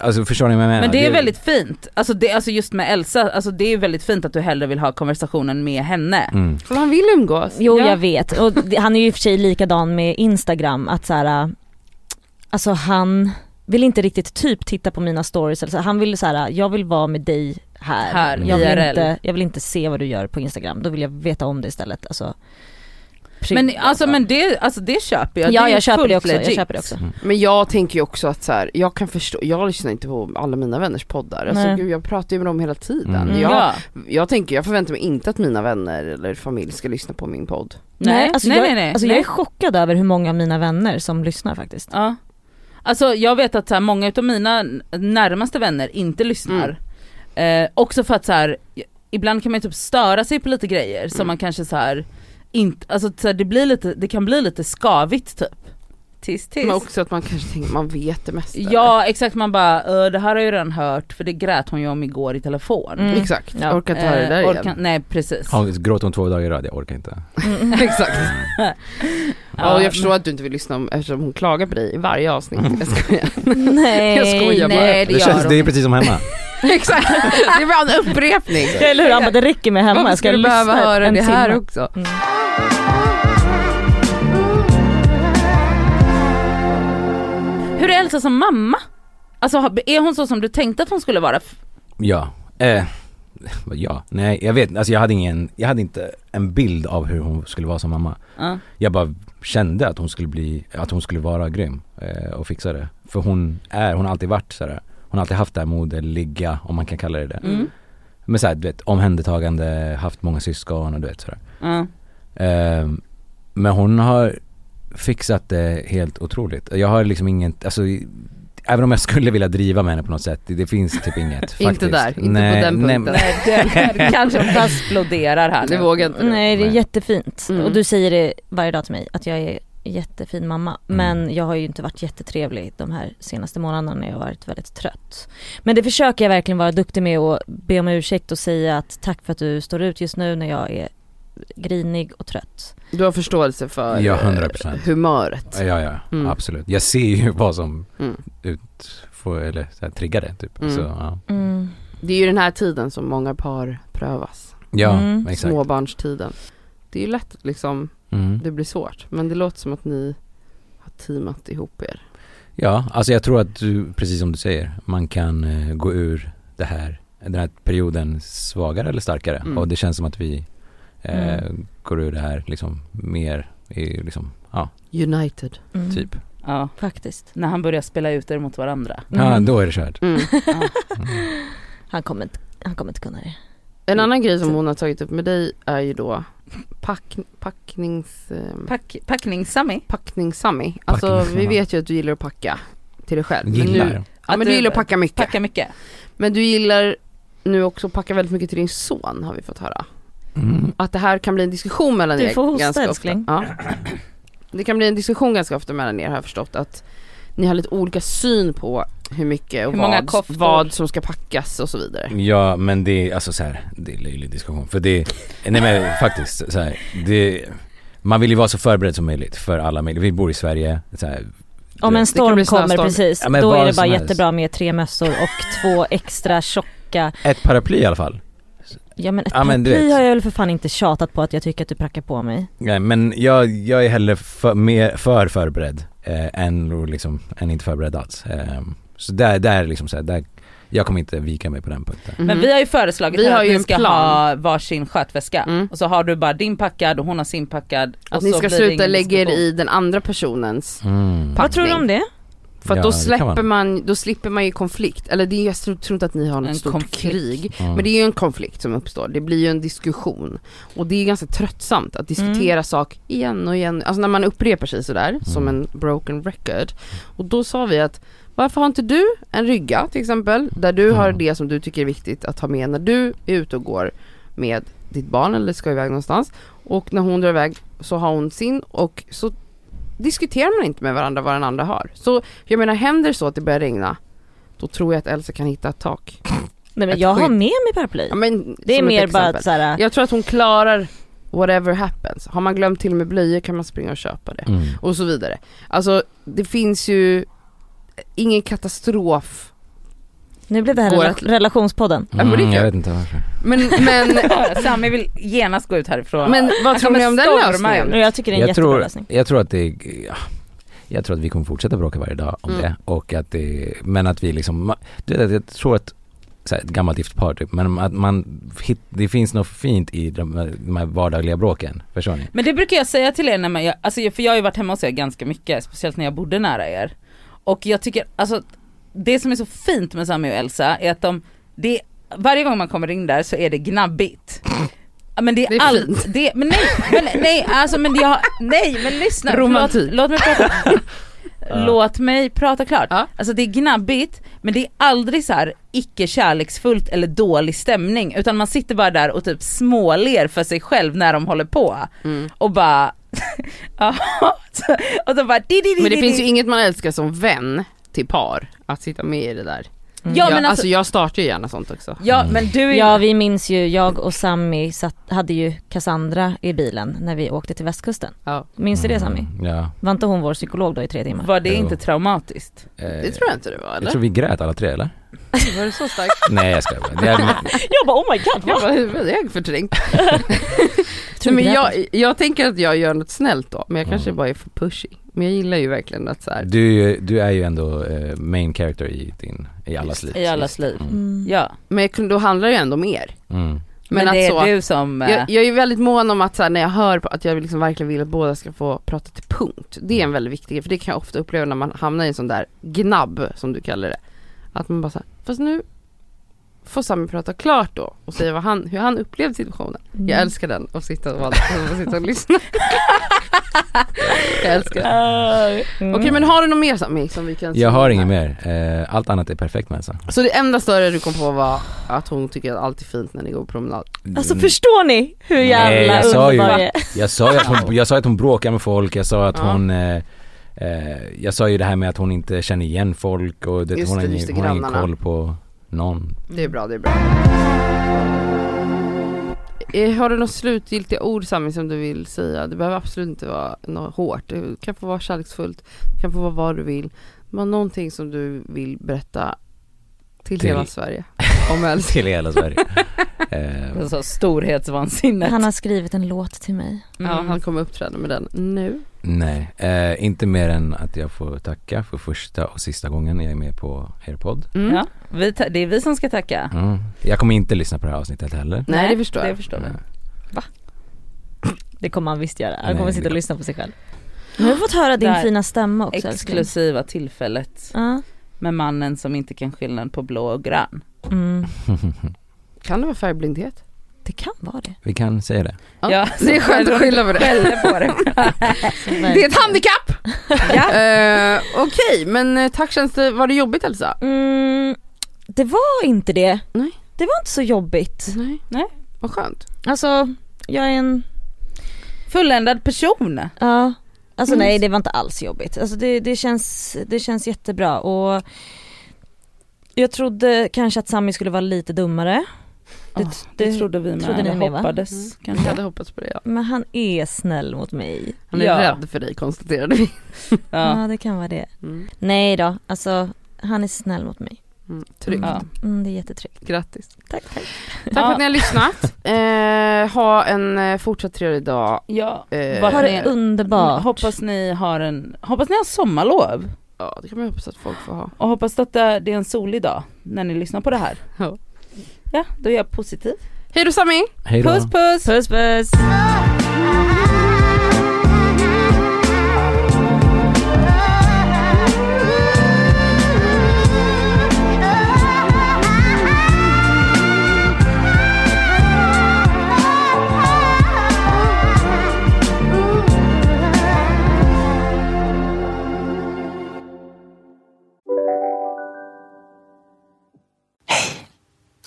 [SPEAKER 4] Alltså förstår ni vad jag menar?
[SPEAKER 3] Men det är väldigt fint, alltså, det, alltså just med Elsa, alltså det är väldigt fint att du hellre vill ha konversationen med henne.
[SPEAKER 4] mm.
[SPEAKER 2] För han vill umgås.
[SPEAKER 5] Jo
[SPEAKER 3] Ja.
[SPEAKER 5] jag vet, och det- han är ju i och för sig likadan med Instagram att så här, äh, alltså han vill inte riktigt typ titta på mina stories eller så. Han vill så här, äh, jag vill vara med dig här.
[SPEAKER 3] Här,
[SPEAKER 5] jag, vill
[SPEAKER 3] IRL.
[SPEAKER 5] inte, jag vill inte se vad du gör på Instagram, då vill jag veta om det istället. Alltså, Pri-
[SPEAKER 3] Men, alltså, men det, alltså, det köper jag,
[SPEAKER 5] Typ. ja
[SPEAKER 3] är
[SPEAKER 5] jag köper,
[SPEAKER 3] fullt
[SPEAKER 5] det också, jag
[SPEAKER 3] legit.
[SPEAKER 5] köper det
[SPEAKER 4] Mm.
[SPEAKER 5] också.
[SPEAKER 2] Men jag tänker ju också att så här, jag kan förstå, jag lyssnar inte på alla mina vänners poddar. Alltså,
[SPEAKER 5] Nej.
[SPEAKER 2] gud, jag pratar ju med dem hela tiden.
[SPEAKER 4] Mm.
[SPEAKER 2] Jag,
[SPEAKER 3] Ja.
[SPEAKER 2] jag tänker, jag förväntar mig inte att mina vänner eller familj ska lyssna på min podd.
[SPEAKER 3] Nej,
[SPEAKER 5] alltså,
[SPEAKER 3] nej,
[SPEAKER 5] jag,
[SPEAKER 3] nej, nej.
[SPEAKER 5] Alltså, jag
[SPEAKER 3] Nej.
[SPEAKER 5] är chockad över hur många av mina vänner som lyssnar faktiskt.
[SPEAKER 3] Ja. Alltså jag vet att så här, många utav mina närmaste vänner inte lyssnar.
[SPEAKER 2] Mm.
[SPEAKER 3] Eh, också för att så här, ibland kan man ju typ störa sig på lite grejer som
[SPEAKER 2] Mm.
[SPEAKER 3] man kanske så här, inte, alltså så här, det, blir lite, det kan bli lite skavigt typ. Tis tis.
[SPEAKER 2] Men också att man kanske tänker, man vet det mesta.
[SPEAKER 3] Ja exakt man bara, "Ö, det här har jag ju redan hört för det grät hon ju om igår i telefon.
[SPEAKER 5] Mm.
[SPEAKER 2] Exakt,
[SPEAKER 5] Ja.
[SPEAKER 2] orkar inte höra det där
[SPEAKER 3] Eh,
[SPEAKER 2] igen.
[SPEAKER 3] orkar- Nej precis.
[SPEAKER 4] Ja, gråter hon två dagar i rad, jag orkar inte.
[SPEAKER 2] Exakt. Ja, och
[SPEAKER 3] men-
[SPEAKER 2] jag förstår att du inte vill lyssna om, eftersom hon klagar på dig i varje avsnitt. Jag skojar.
[SPEAKER 5] Nej,
[SPEAKER 2] Jag skojar bara.
[SPEAKER 3] Nej det,
[SPEAKER 4] Det,
[SPEAKER 3] gör
[SPEAKER 4] känns,
[SPEAKER 3] hon
[SPEAKER 4] det är precis som hemma.
[SPEAKER 2] Exakt, det är bara en upprepning.
[SPEAKER 5] Eller hur? Han bara, det räcker med hemma,
[SPEAKER 2] Varför
[SPEAKER 5] jag
[SPEAKER 2] ska
[SPEAKER 5] ska
[SPEAKER 2] du
[SPEAKER 5] lyssna
[SPEAKER 2] behöva höra
[SPEAKER 5] en
[SPEAKER 2] det här
[SPEAKER 5] timme.
[SPEAKER 2] också?
[SPEAKER 5] Mm.
[SPEAKER 3] Hur är Elsa som mamma? Alltså har- är hon så som du tänkte att hon skulle vara? F-
[SPEAKER 4] Ja, eh, vad ja, nej jag vet alltså jag hade ingen, jag hade inte en bild av hur hon skulle vara som mamma.
[SPEAKER 3] Ja.
[SPEAKER 4] Jag bara kände att hon skulle bli, att hon skulle vara grym eh, och fixa det. För hon är, hon har alltid varit sådär, hon har alltid haft det här moderliga, om man kan kalla det det.
[SPEAKER 3] Mm.
[SPEAKER 4] Men såhär du vet, omhändertagande, haft många syskon och du vet sådär.
[SPEAKER 3] Ja.
[SPEAKER 4] Eh, men hon har fixat det helt otroligt. Jag har liksom inget, alltså Även om jag skulle vilja driva med henne på något sätt, det, det finns typ inget faktiskt.
[SPEAKER 2] Inte där, inte på den punkten.
[SPEAKER 3] Nej, det, det kanske hon exploderar här
[SPEAKER 2] Det
[SPEAKER 3] nu.
[SPEAKER 2] vågar inte du.
[SPEAKER 5] Nej det är
[SPEAKER 4] Nej.
[SPEAKER 5] jättefint
[SPEAKER 2] Mm.
[SPEAKER 5] och du säger det varje dag till mig att jag är jättefin mamma.
[SPEAKER 4] Mm.
[SPEAKER 5] Men jag har ju inte varit jättetrevlig de här senaste månaderna när jag har varit väldigt trött. Men det försöker jag verkligen vara duktig med och be om ursäkt och säga att tack för att du står ut just nu när jag är grinig och trött.
[SPEAKER 2] Du har förståelse för
[SPEAKER 4] Ja,
[SPEAKER 2] eh,
[SPEAKER 4] 100%.
[SPEAKER 2] humöret.
[SPEAKER 4] Ja, ja,
[SPEAKER 2] Mm.
[SPEAKER 4] absolut. Jag ser ju vad som
[SPEAKER 2] Mm.
[SPEAKER 4] ut, får, eller så här, triggar det typ.
[SPEAKER 2] Mm.
[SPEAKER 4] Så, ja,
[SPEAKER 5] Mm.
[SPEAKER 2] Det är ju den här tiden som många par prövas.
[SPEAKER 4] ja
[SPEAKER 5] Mm.
[SPEAKER 4] exakt.
[SPEAKER 2] Småbarnstiden. Det är ju lätt att liksom,
[SPEAKER 4] Mm.
[SPEAKER 2] det blir svårt. Men det låter som att ni har teamat ihop er.
[SPEAKER 4] Ja, alltså jag tror att du, precis som du säger, man kan eh, gå ur det här, den här perioden svagare eller starkare.
[SPEAKER 2] Mm.
[SPEAKER 4] Och det känns som att vi eh, går ur det här liksom mer i liksom, ja,
[SPEAKER 2] United.
[SPEAKER 5] Mm.
[SPEAKER 4] typ.
[SPEAKER 3] Ja,
[SPEAKER 5] Faktiskt.
[SPEAKER 3] när han börjar spela ut er mot varandra.
[SPEAKER 4] Ja,
[SPEAKER 5] Mm.
[SPEAKER 4] då är det kört.
[SPEAKER 2] Mm.
[SPEAKER 5] Han kommer inte, han kommer inte kunna det.
[SPEAKER 2] En annan grej som hon har tagit upp med dig är ju då pack, packnings... eh,
[SPEAKER 3] Pack, packnings-Sammy.
[SPEAKER 2] packningssammy. Alltså
[SPEAKER 4] Packnings-
[SPEAKER 2] vi vet ju att du gillar att packa till dig själv. Men du,
[SPEAKER 4] Gillar.
[SPEAKER 2] ja, men
[SPEAKER 3] Att
[SPEAKER 2] du
[SPEAKER 3] du-
[SPEAKER 2] gillar att packa mycket.
[SPEAKER 3] Packa mycket.
[SPEAKER 2] Men du gillar nu också att packa väldigt mycket till din son har vi fått höra.
[SPEAKER 4] Mm.
[SPEAKER 2] Att det här kan bli en diskussion mellan
[SPEAKER 5] Du
[SPEAKER 2] er
[SPEAKER 5] får hosta,
[SPEAKER 2] ganska ofta.
[SPEAKER 5] älskling.
[SPEAKER 2] Ja. Det kan bli en diskussion ganska ofta mellan er har jag förstått att ni har lite olika syn på hur mycket och
[SPEAKER 3] Hur många
[SPEAKER 2] vad,
[SPEAKER 3] koftor?
[SPEAKER 2] vad som ska packas och så vidare.
[SPEAKER 4] Ja men det är, alltså så här, det är en löjlig diskussion för det, nej men faktiskt så här, det, man vill ju vara så förberedd som möjligt för alla möjliga, vi bor i Sverige, så här,
[SPEAKER 5] Om
[SPEAKER 2] kan
[SPEAKER 5] en
[SPEAKER 2] bli
[SPEAKER 5] storm kommer
[SPEAKER 2] snöstorm.
[SPEAKER 5] precis,
[SPEAKER 4] Ja, men
[SPEAKER 5] då
[SPEAKER 4] vad
[SPEAKER 5] är det
[SPEAKER 4] som
[SPEAKER 5] bara
[SPEAKER 4] helst.
[SPEAKER 5] jättebra med tre mössor och två extra tjocka.
[SPEAKER 4] ett paraply i alla fall.
[SPEAKER 5] Ja men ett
[SPEAKER 4] Ja, men du
[SPEAKER 5] paraply
[SPEAKER 4] vet.
[SPEAKER 5] har jag väl för fan inte tjatat på att jag tycker att du prackar på mig.
[SPEAKER 4] Nej men jag, jag är hellre för, mer för förberedd eh, än, liksom, än inte förberedd alls. Eh, så där, där är liksom så här, där, jag kommer inte vika mig på den punkten.
[SPEAKER 2] Mhm.
[SPEAKER 3] Men vi har ju föreslagit
[SPEAKER 2] Vi
[SPEAKER 3] här
[SPEAKER 2] har
[SPEAKER 3] att
[SPEAKER 2] ju
[SPEAKER 3] ni
[SPEAKER 2] en
[SPEAKER 3] ska
[SPEAKER 2] plan.
[SPEAKER 3] ha varsin skötväska.
[SPEAKER 2] Mm.
[SPEAKER 3] Och så har du bara din packad och hon har sin packad.
[SPEAKER 2] att
[SPEAKER 3] och
[SPEAKER 2] ni
[SPEAKER 3] så
[SPEAKER 2] ska
[SPEAKER 3] blir det
[SPEAKER 2] sluta
[SPEAKER 3] ingen
[SPEAKER 2] lägga er
[SPEAKER 3] diskussion.
[SPEAKER 2] i den andra personens
[SPEAKER 4] Mm.
[SPEAKER 2] Packning.
[SPEAKER 5] Vad tror du om det?
[SPEAKER 2] För att
[SPEAKER 4] Ja,
[SPEAKER 2] då
[SPEAKER 4] det kan
[SPEAKER 2] släpper
[SPEAKER 4] man.
[SPEAKER 2] man, då slipper man ju konflikt. Eller det, är- jag tror tror inte att ni har något
[SPEAKER 3] En
[SPEAKER 2] stort
[SPEAKER 3] konflikt.
[SPEAKER 2] krig.
[SPEAKER 4] Mm.
[SPEAKER 2] Men det är ju en konflikt som uppstår, det blir ju en diskussion. Och det är ganska tröttsamt att diskutera sak igen och igen. Alltså när man upprepar sig sådär, som en broken record. Och då sa vi att varför har inte du en rygga till exempel, där du har
[SPEAKER 4] Mm.
[SPEAKER 2] det som du tycker är viktigt att ha med när du är ute och går med ditt barn eller ska iväg någonstans. Och när hon drar iväg så har hon sin och så diskuterar man inte med varandra vad den andra har. Så jag menar händer det så att det börjar regna, då tror jag att Elsa kan hitta ett tak.
[SPEAKER 5] Nej men
[SPEAKER 2] Ett
[SPEAKER 5] jag har
[SPEAKER 2] skydd.
[SPEAKER 5] med mig paraply.
[SPEAKER 2] Ja, men,
[SPEAKER 5] Det är
[SPEAKER 2] som ett
[SPEAKER 5] mer bara
[SPEAKER 2] exempel.
[SPEAKER 5] att såhär,
[SPEAKER 2] Jag tror att hon klarar whatever happens. Har man glömt till och med blöjor kan man springa och köpa det.
[SPEAKER 4] Mm.
[SPEAKER 2] Och så vidare. Alltså det finns ju ingen katastrof.
[SPEAKER 5] nu blev det här
[SPEAKER 2] Går
[SPEAKER 5] rela-
[SPEAKER 2] att-
[SPEAKER 5] relationspodden.
[SPEAKER 2] men det är
[SPEAKER 4] Mm, jag
[SPEAKER 2] kul.
[SPEAKER 4] vet inte varför.
[SPEAKER 2] Men, men,
[SPEAKER 3] Ja, Sammy vill genast gå ut härifrån.
[SPEAKER 2] men vad
[SPEAKER 3] Han
[SPEAKER 2] tror ni
[SPEAKER 3] kommer
[SPEAKER 2] om den
[SPEAKER 3] storma
[SPEAKER 5] Och
[SPEAKER 2] lösningen?
[SPEAKER 3] ut.
[SPEAKER 5] jag tycker det är en
[SPEAKER 4] Jag
[SPEAKER 5] jättebra
[SPEAKER 4] tror,
[SPEAKER 5] lösning.
[SPEAKER 4] jag tror att det, ja, jag tror att vi kommer fortsätta bråka varje dag om
[SPEAKER 2] Mm.
[SPEAKER 4] det och att det, men att vi liksom, ma- du vet, jag tror att så här, ett gammalt gift par typ, men att man, hit, det finns något fint i de, här- de här vardagliga bråken, förstår ni?
[SPEAKER 3] Men det brukar jag säga till er när man, jag, alltså, jag- för jag har ju varit hemma hos er ganska mycket, speciellt när jag bodde nära er. Och jag tycker, alltså det som är så fint med Sami och Elsa är att de, det, varje gång man kommer in där så är det gnabbigt. Ja, Men det är,
[SPEAKER 2] Det är
[SPEAKER 3] allt,
[SPEAKER 2] fint.
[SPEAKER 3] det, men nej, men nej alltså men jag, nej men lyssna,
[SPEAKER 2] Romantik.
[SPEAKER 3] Låt, låt mig prata. Låt mig prata klart.
[SPEAKER 2] Ja.
[SPEAKER 3] Alltså det är gnabbigt men det är aldrig så här icke kärleksfullt eller dålig stämning utan man sitter bara där och typ småler för sig själv när de håller på
[SPEAKER 2] Mm.
[SPEAKER 3] och bara Ja, så- och så bara di, di, di,
[SPEAKER 2] Men det
[SPEAKER 3] di,
[SPEAKER 2] finns ju
[SPEAKER 3] di.
[SPEAKER 2] inget man älskar som vän till par, att sitta med i det där.
[SPEAKER 3] Ja
[SPEAKER 2] jag,
[SPEAKER 3] men
[SPEAKER 2] alltså
[SPEAKER 3] alltså,
[SPEAKER 2] jag startar ju gärna sånt också.
[SPEAKER 3] ja men du är
[SPEAKER 5] Ja vi minns ju, jag och Sammy satt, hade ju Cassandra i bilen när vi åkte till västkusten.
[SPEAKER 2] Ja.
[SPEAKER 5] Minns
[SPEAKER 4] Mm.
[SPEAKER 5] du det Sammy?
[SPEAKER 4] Ja. eh,
[SPEAKER 5] Var inte hon vår psykolog då i tre timmar?
[SPEAKER 3] var det
[SPEAKER 4] Jo.
[SPEAKER 3] inte traumatiskt?
[SPEAKER 2] Det tror jag inte det var
[SPEAKER 4] Eh, Jag
[SPEAKER 2] eller?
[SPEAKER 4] tror vi grät alla tre eller?
[SPEAKER 2] Var det så starkt?
[SPEAKER 4] Nej jag skojar bara. Det är,
[SPEAKER 5] Jag bara oh my god
[SPEAKER 2] Jag bara, hur var det jag förträngt?
[SPEAKER 5] Tror
[SPEAKER 2] Nej, men
[SPEAKER 5] du det?
[SPEAKER 2] jag, jag tänker att jag gör något snällt då, men jag kanske
[SPEAKER 4] Mm.
[SPEAKER 2] bara är för pushy. Men jag gillar ju verkligen att så här,
[SPEAKER 4] du, är ju- du är ju ändå eh, main character i, din, i allas liv.
[SPEAKER 3] I allas liv.
[SPEAKER 4] Mm.
[SPEAKER 5] Mm.
[SPEAKER 3] Ja.
[SPEAKER 2] men jag kunde- då handlar det ändå om er.
[SPEAKER 4] Mm.
[SPEAKER 3] Men,
[SPEAKER 2] Men, alltså-
[SPEAKER 3] det
[SPEAKER 2] att
[SPEAKER 3] är
[SPEAKER 2] så,
[SPEAKER 3] du som, eh,
[SPEAKER 2] jag, jag är väldigt mån om att så här, när jag hör på, att jag liksom verkligen vill att båda ska få prata till punkt. Det är en väldigt viktig grej, för det kan jag ofta uppleva när man hamnar i en sån där gnabb, som du kallar det. Att man bara så här, fast nu får Sami prata klart då och säga vad han, hur han upplevde situationen. Jag älskar den, och sitta och, och, sitta och lyssna. Jag älskar det.
[SPEAKER 5] Mm.
[SPEAKER 2] Okej men har du något mer Sami? Som vi kan
[SPEAKER 4] Jag har inget mer, Eh, allt annat är perfekt med Elsa.
[SPEAKER 2] Så det enda större du kom på var att hon tycker att allt är fint när ni går på promenad?
[SPEAKER 5] Alltså förstår ni hur
[SPEAKER 4] Mm. Nej,
[SPEAKER 5] jävla
[SPEAKER 4] jag sa ju-
[SPEAKER 5] underbar jag är?
[SPEAKER 4] Jag sa ju att hon, jag sa att hon bråkar med folk, jag sa att
[SPEAKER 2] Ja.
[SPEAKER 4] hon eh, eh, jag sa ju det här med att hon inte känner igen folk och det,
[SPEAKER 2] Just
[SPEAKER 4] hon, har
[SPEAKER 2] det,
[SPEAKER 4] ingen,
[SPEAKER 2] just det,
[SPEAKER 4] hon har ingen
[SPEAKER 2] grannarna.
[SPEAKER 4] koll på någon.
[SPEAKER 2] Det är bra, det är bra. Eh, Har du något slutgiltiga ord Sami som du vill säga? Det behöver absolut inte vara något hårt. Det kan få vara kärleksfullt, det kan få vara vad du vill. Men någonting som du vill berätta till,
[SPEAKER 4] Till-
[SPEAKER 2] hela Sverige om älskar.
[SPEAKER 4] Till hela Sverige. Eh,
[SPEAKER 3] Alltså storhetsvansinnet.
[SPEAKER 5] Han har skrivit en låt till mig.
[SPEAKER 3] Mm.
[SPEAKER 2] Ja, han kommer uppträda med den nu.
[SPEAKER 4] nej, eh, inte mer än att jag får tacka för första och sista gången jag är med på er podd.
[SPEAKER 2] Mm.
[SPEAKER 3] Ja, vi ta- det är vi som ska tacka.
[SPEAKER 4] Mm. Jag kommer inte lyssna på det här avsnittet heller. Eh,
[SPEAKER 2] Nej, det förstår
[SPEAKER 3] Det
[SPEAKER 2] jag.
[SPEAKER 3] förstår vi.
[SPEAKER 5] Det kommer han visst göra. Han
[SPEAKER 4] Nej,
[SPEAKER 5] kommer
[SPEAKER 4] det
[SPEAKER 5] sitta och
[SPEAKER 4] kom-
[SPEAKER 5] lyssna på sig själv. Nu har vi fått höra din
[SPEAKER 3] Där.
[SPEAKER 5] fina stämma också älskling.
[SPEAKER 3] Exklusiva tillfället
[SPEAKER 5] Ja.
[SPEAKER 3] med mannen som inte kan skillnaden på blå och grön.
[SPEAKER 5] Mm.
[SPEAKER 2] Kan det vara färgblindhet?
[SPEAKER 5] Det kan vara det.
[SPEAKER 4] Vi kan säga det.
[SPEAKER 3] Ja,
[SPEAKER 2] det är skönt att skylla på det.
[SPEAKER 3] på det.
[SPEAKER 2] Det är ett handikapp! Eh, Okej, men eh, tack känns det, var det jobbigt Elsa?
[SPEAKER 5] Mm, det var inte det.
[SPEAKER 2] Nej.
[SPEAKER 5] Det var inte så jobbigt.
[SPEAKER 2] Nej. Nej. Vad skönt.
[SPEAKER 5] Alltså, jag är en,
[SPEAKER 3] Fulländad person.
[SPEAKER 5] ja. Alltså
[SPEAKER 2] Mm.
[SPEAKER 5] nej det var inte alls jobbigt. Alltså det, det, känns, det känns jättebra och jag trodde kanske att Sami skulle vara lite dummare. Det-
[SPEAKER 3] Ja, det,
[SPEAKER 5] det
[SPEAKER 3] trodde vi med.
[SPEAKER 5] trodde ni
[SPEAKER 3] Jag
[SPEAKER 5] med, va?
[SPEAKER 3] hoppades
[SPEAKER 2] Mm. Jag
[SPEAKER 3] kanske.
[SPEAKER 2] hade hoppats på det ja.
[SPEAKER 5] Men han är snäll mot mig.
[SPEAKER 2] Han är
[SPEAKER 3] Ja.
[SPEAKER 2] rädd för dig konstaterade vi.
[SPEAKER 5] Ja,
[SPEAKER 3] Ja.
[SPEAKER 5] det kan vara det.
[SPEAKER 2] Mm.
[SPEAKER 5] Nej då, alltså han är snäll mot mig.
[SPEAKER 2] Mm. Tryggt.
[SPEAKER 3] Ja.
[SPEAKER 5] Mm, det är jättetryggt.
[SPEAKER 2] Grattis.
[SPEAKER 5] Tack, tack.
[SPEAKER 2] Tack för att ni har lyssnat. Eh, ha en eh, fortsatt trevlig dag.
[SPEAKER 3] ja.
[SPEAKER 2] Eh,
[SPEAKER 3] Var
[SPEAKER 5] Ha det
[SPEAKER 3] ni- Mm,
[SPEAKER 5] underbart.
[SPEAKER 3] Hoppas ni har en, hoppas ni har sommarlov.
[SPEAKER 2] Ja, det kan man ju hoppas att folk får ha.
[SPEAKER 3] Och hoppas att det det är en solig dag när ni lyssnar på det här.
[SPEAKER 2] Ja.
[SPEAKER 3] Ja, då är jag positiv.
[SPEAKER 2] Hej då Sami!
[SPEAKER 4] Hej då.
[SPEAKER 3] Puss puss!
[SPEAKER 5] Puss puss.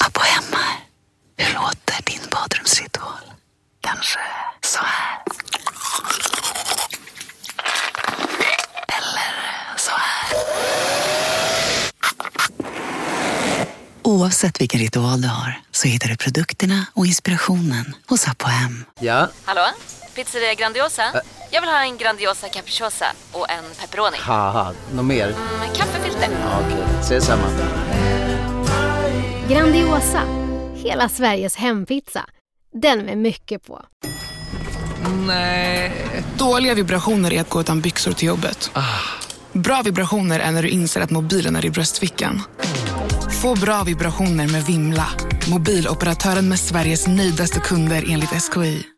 [SPEAKER 7] Abba hemma. Hur låter din badrumsritual? Kanske så här. Eller så här. Oavsett vilken ritual du har så hittar du produkterna och inspirationen hos Abba Hem.
[SPEAKER 8] Ja,
[SPEAKER 9] Hallå? Pizzeria Grandiosa? Jag vill ha en Grandiosa capriciosa och en pepperoni.
[SPEAKER 8] haha, något mer?
[SPEAKER 9] Med kaffefilter.
[SPEAKER 8] Ja, Okej, ses samma.
[SPEAKER 10] Grandiosa, hela Sveriges hempizza. Den med mycket på.
[SPEAKER 11] Dåliga vibrationer är att gå utan byxor till jobbet. Bra vibrationer är när du inser att mobilen är i bröstfickan. Få bra vibrationer med Vimla. Mobiloperatören med Sveriges nöjdaste kunder enligt SKI.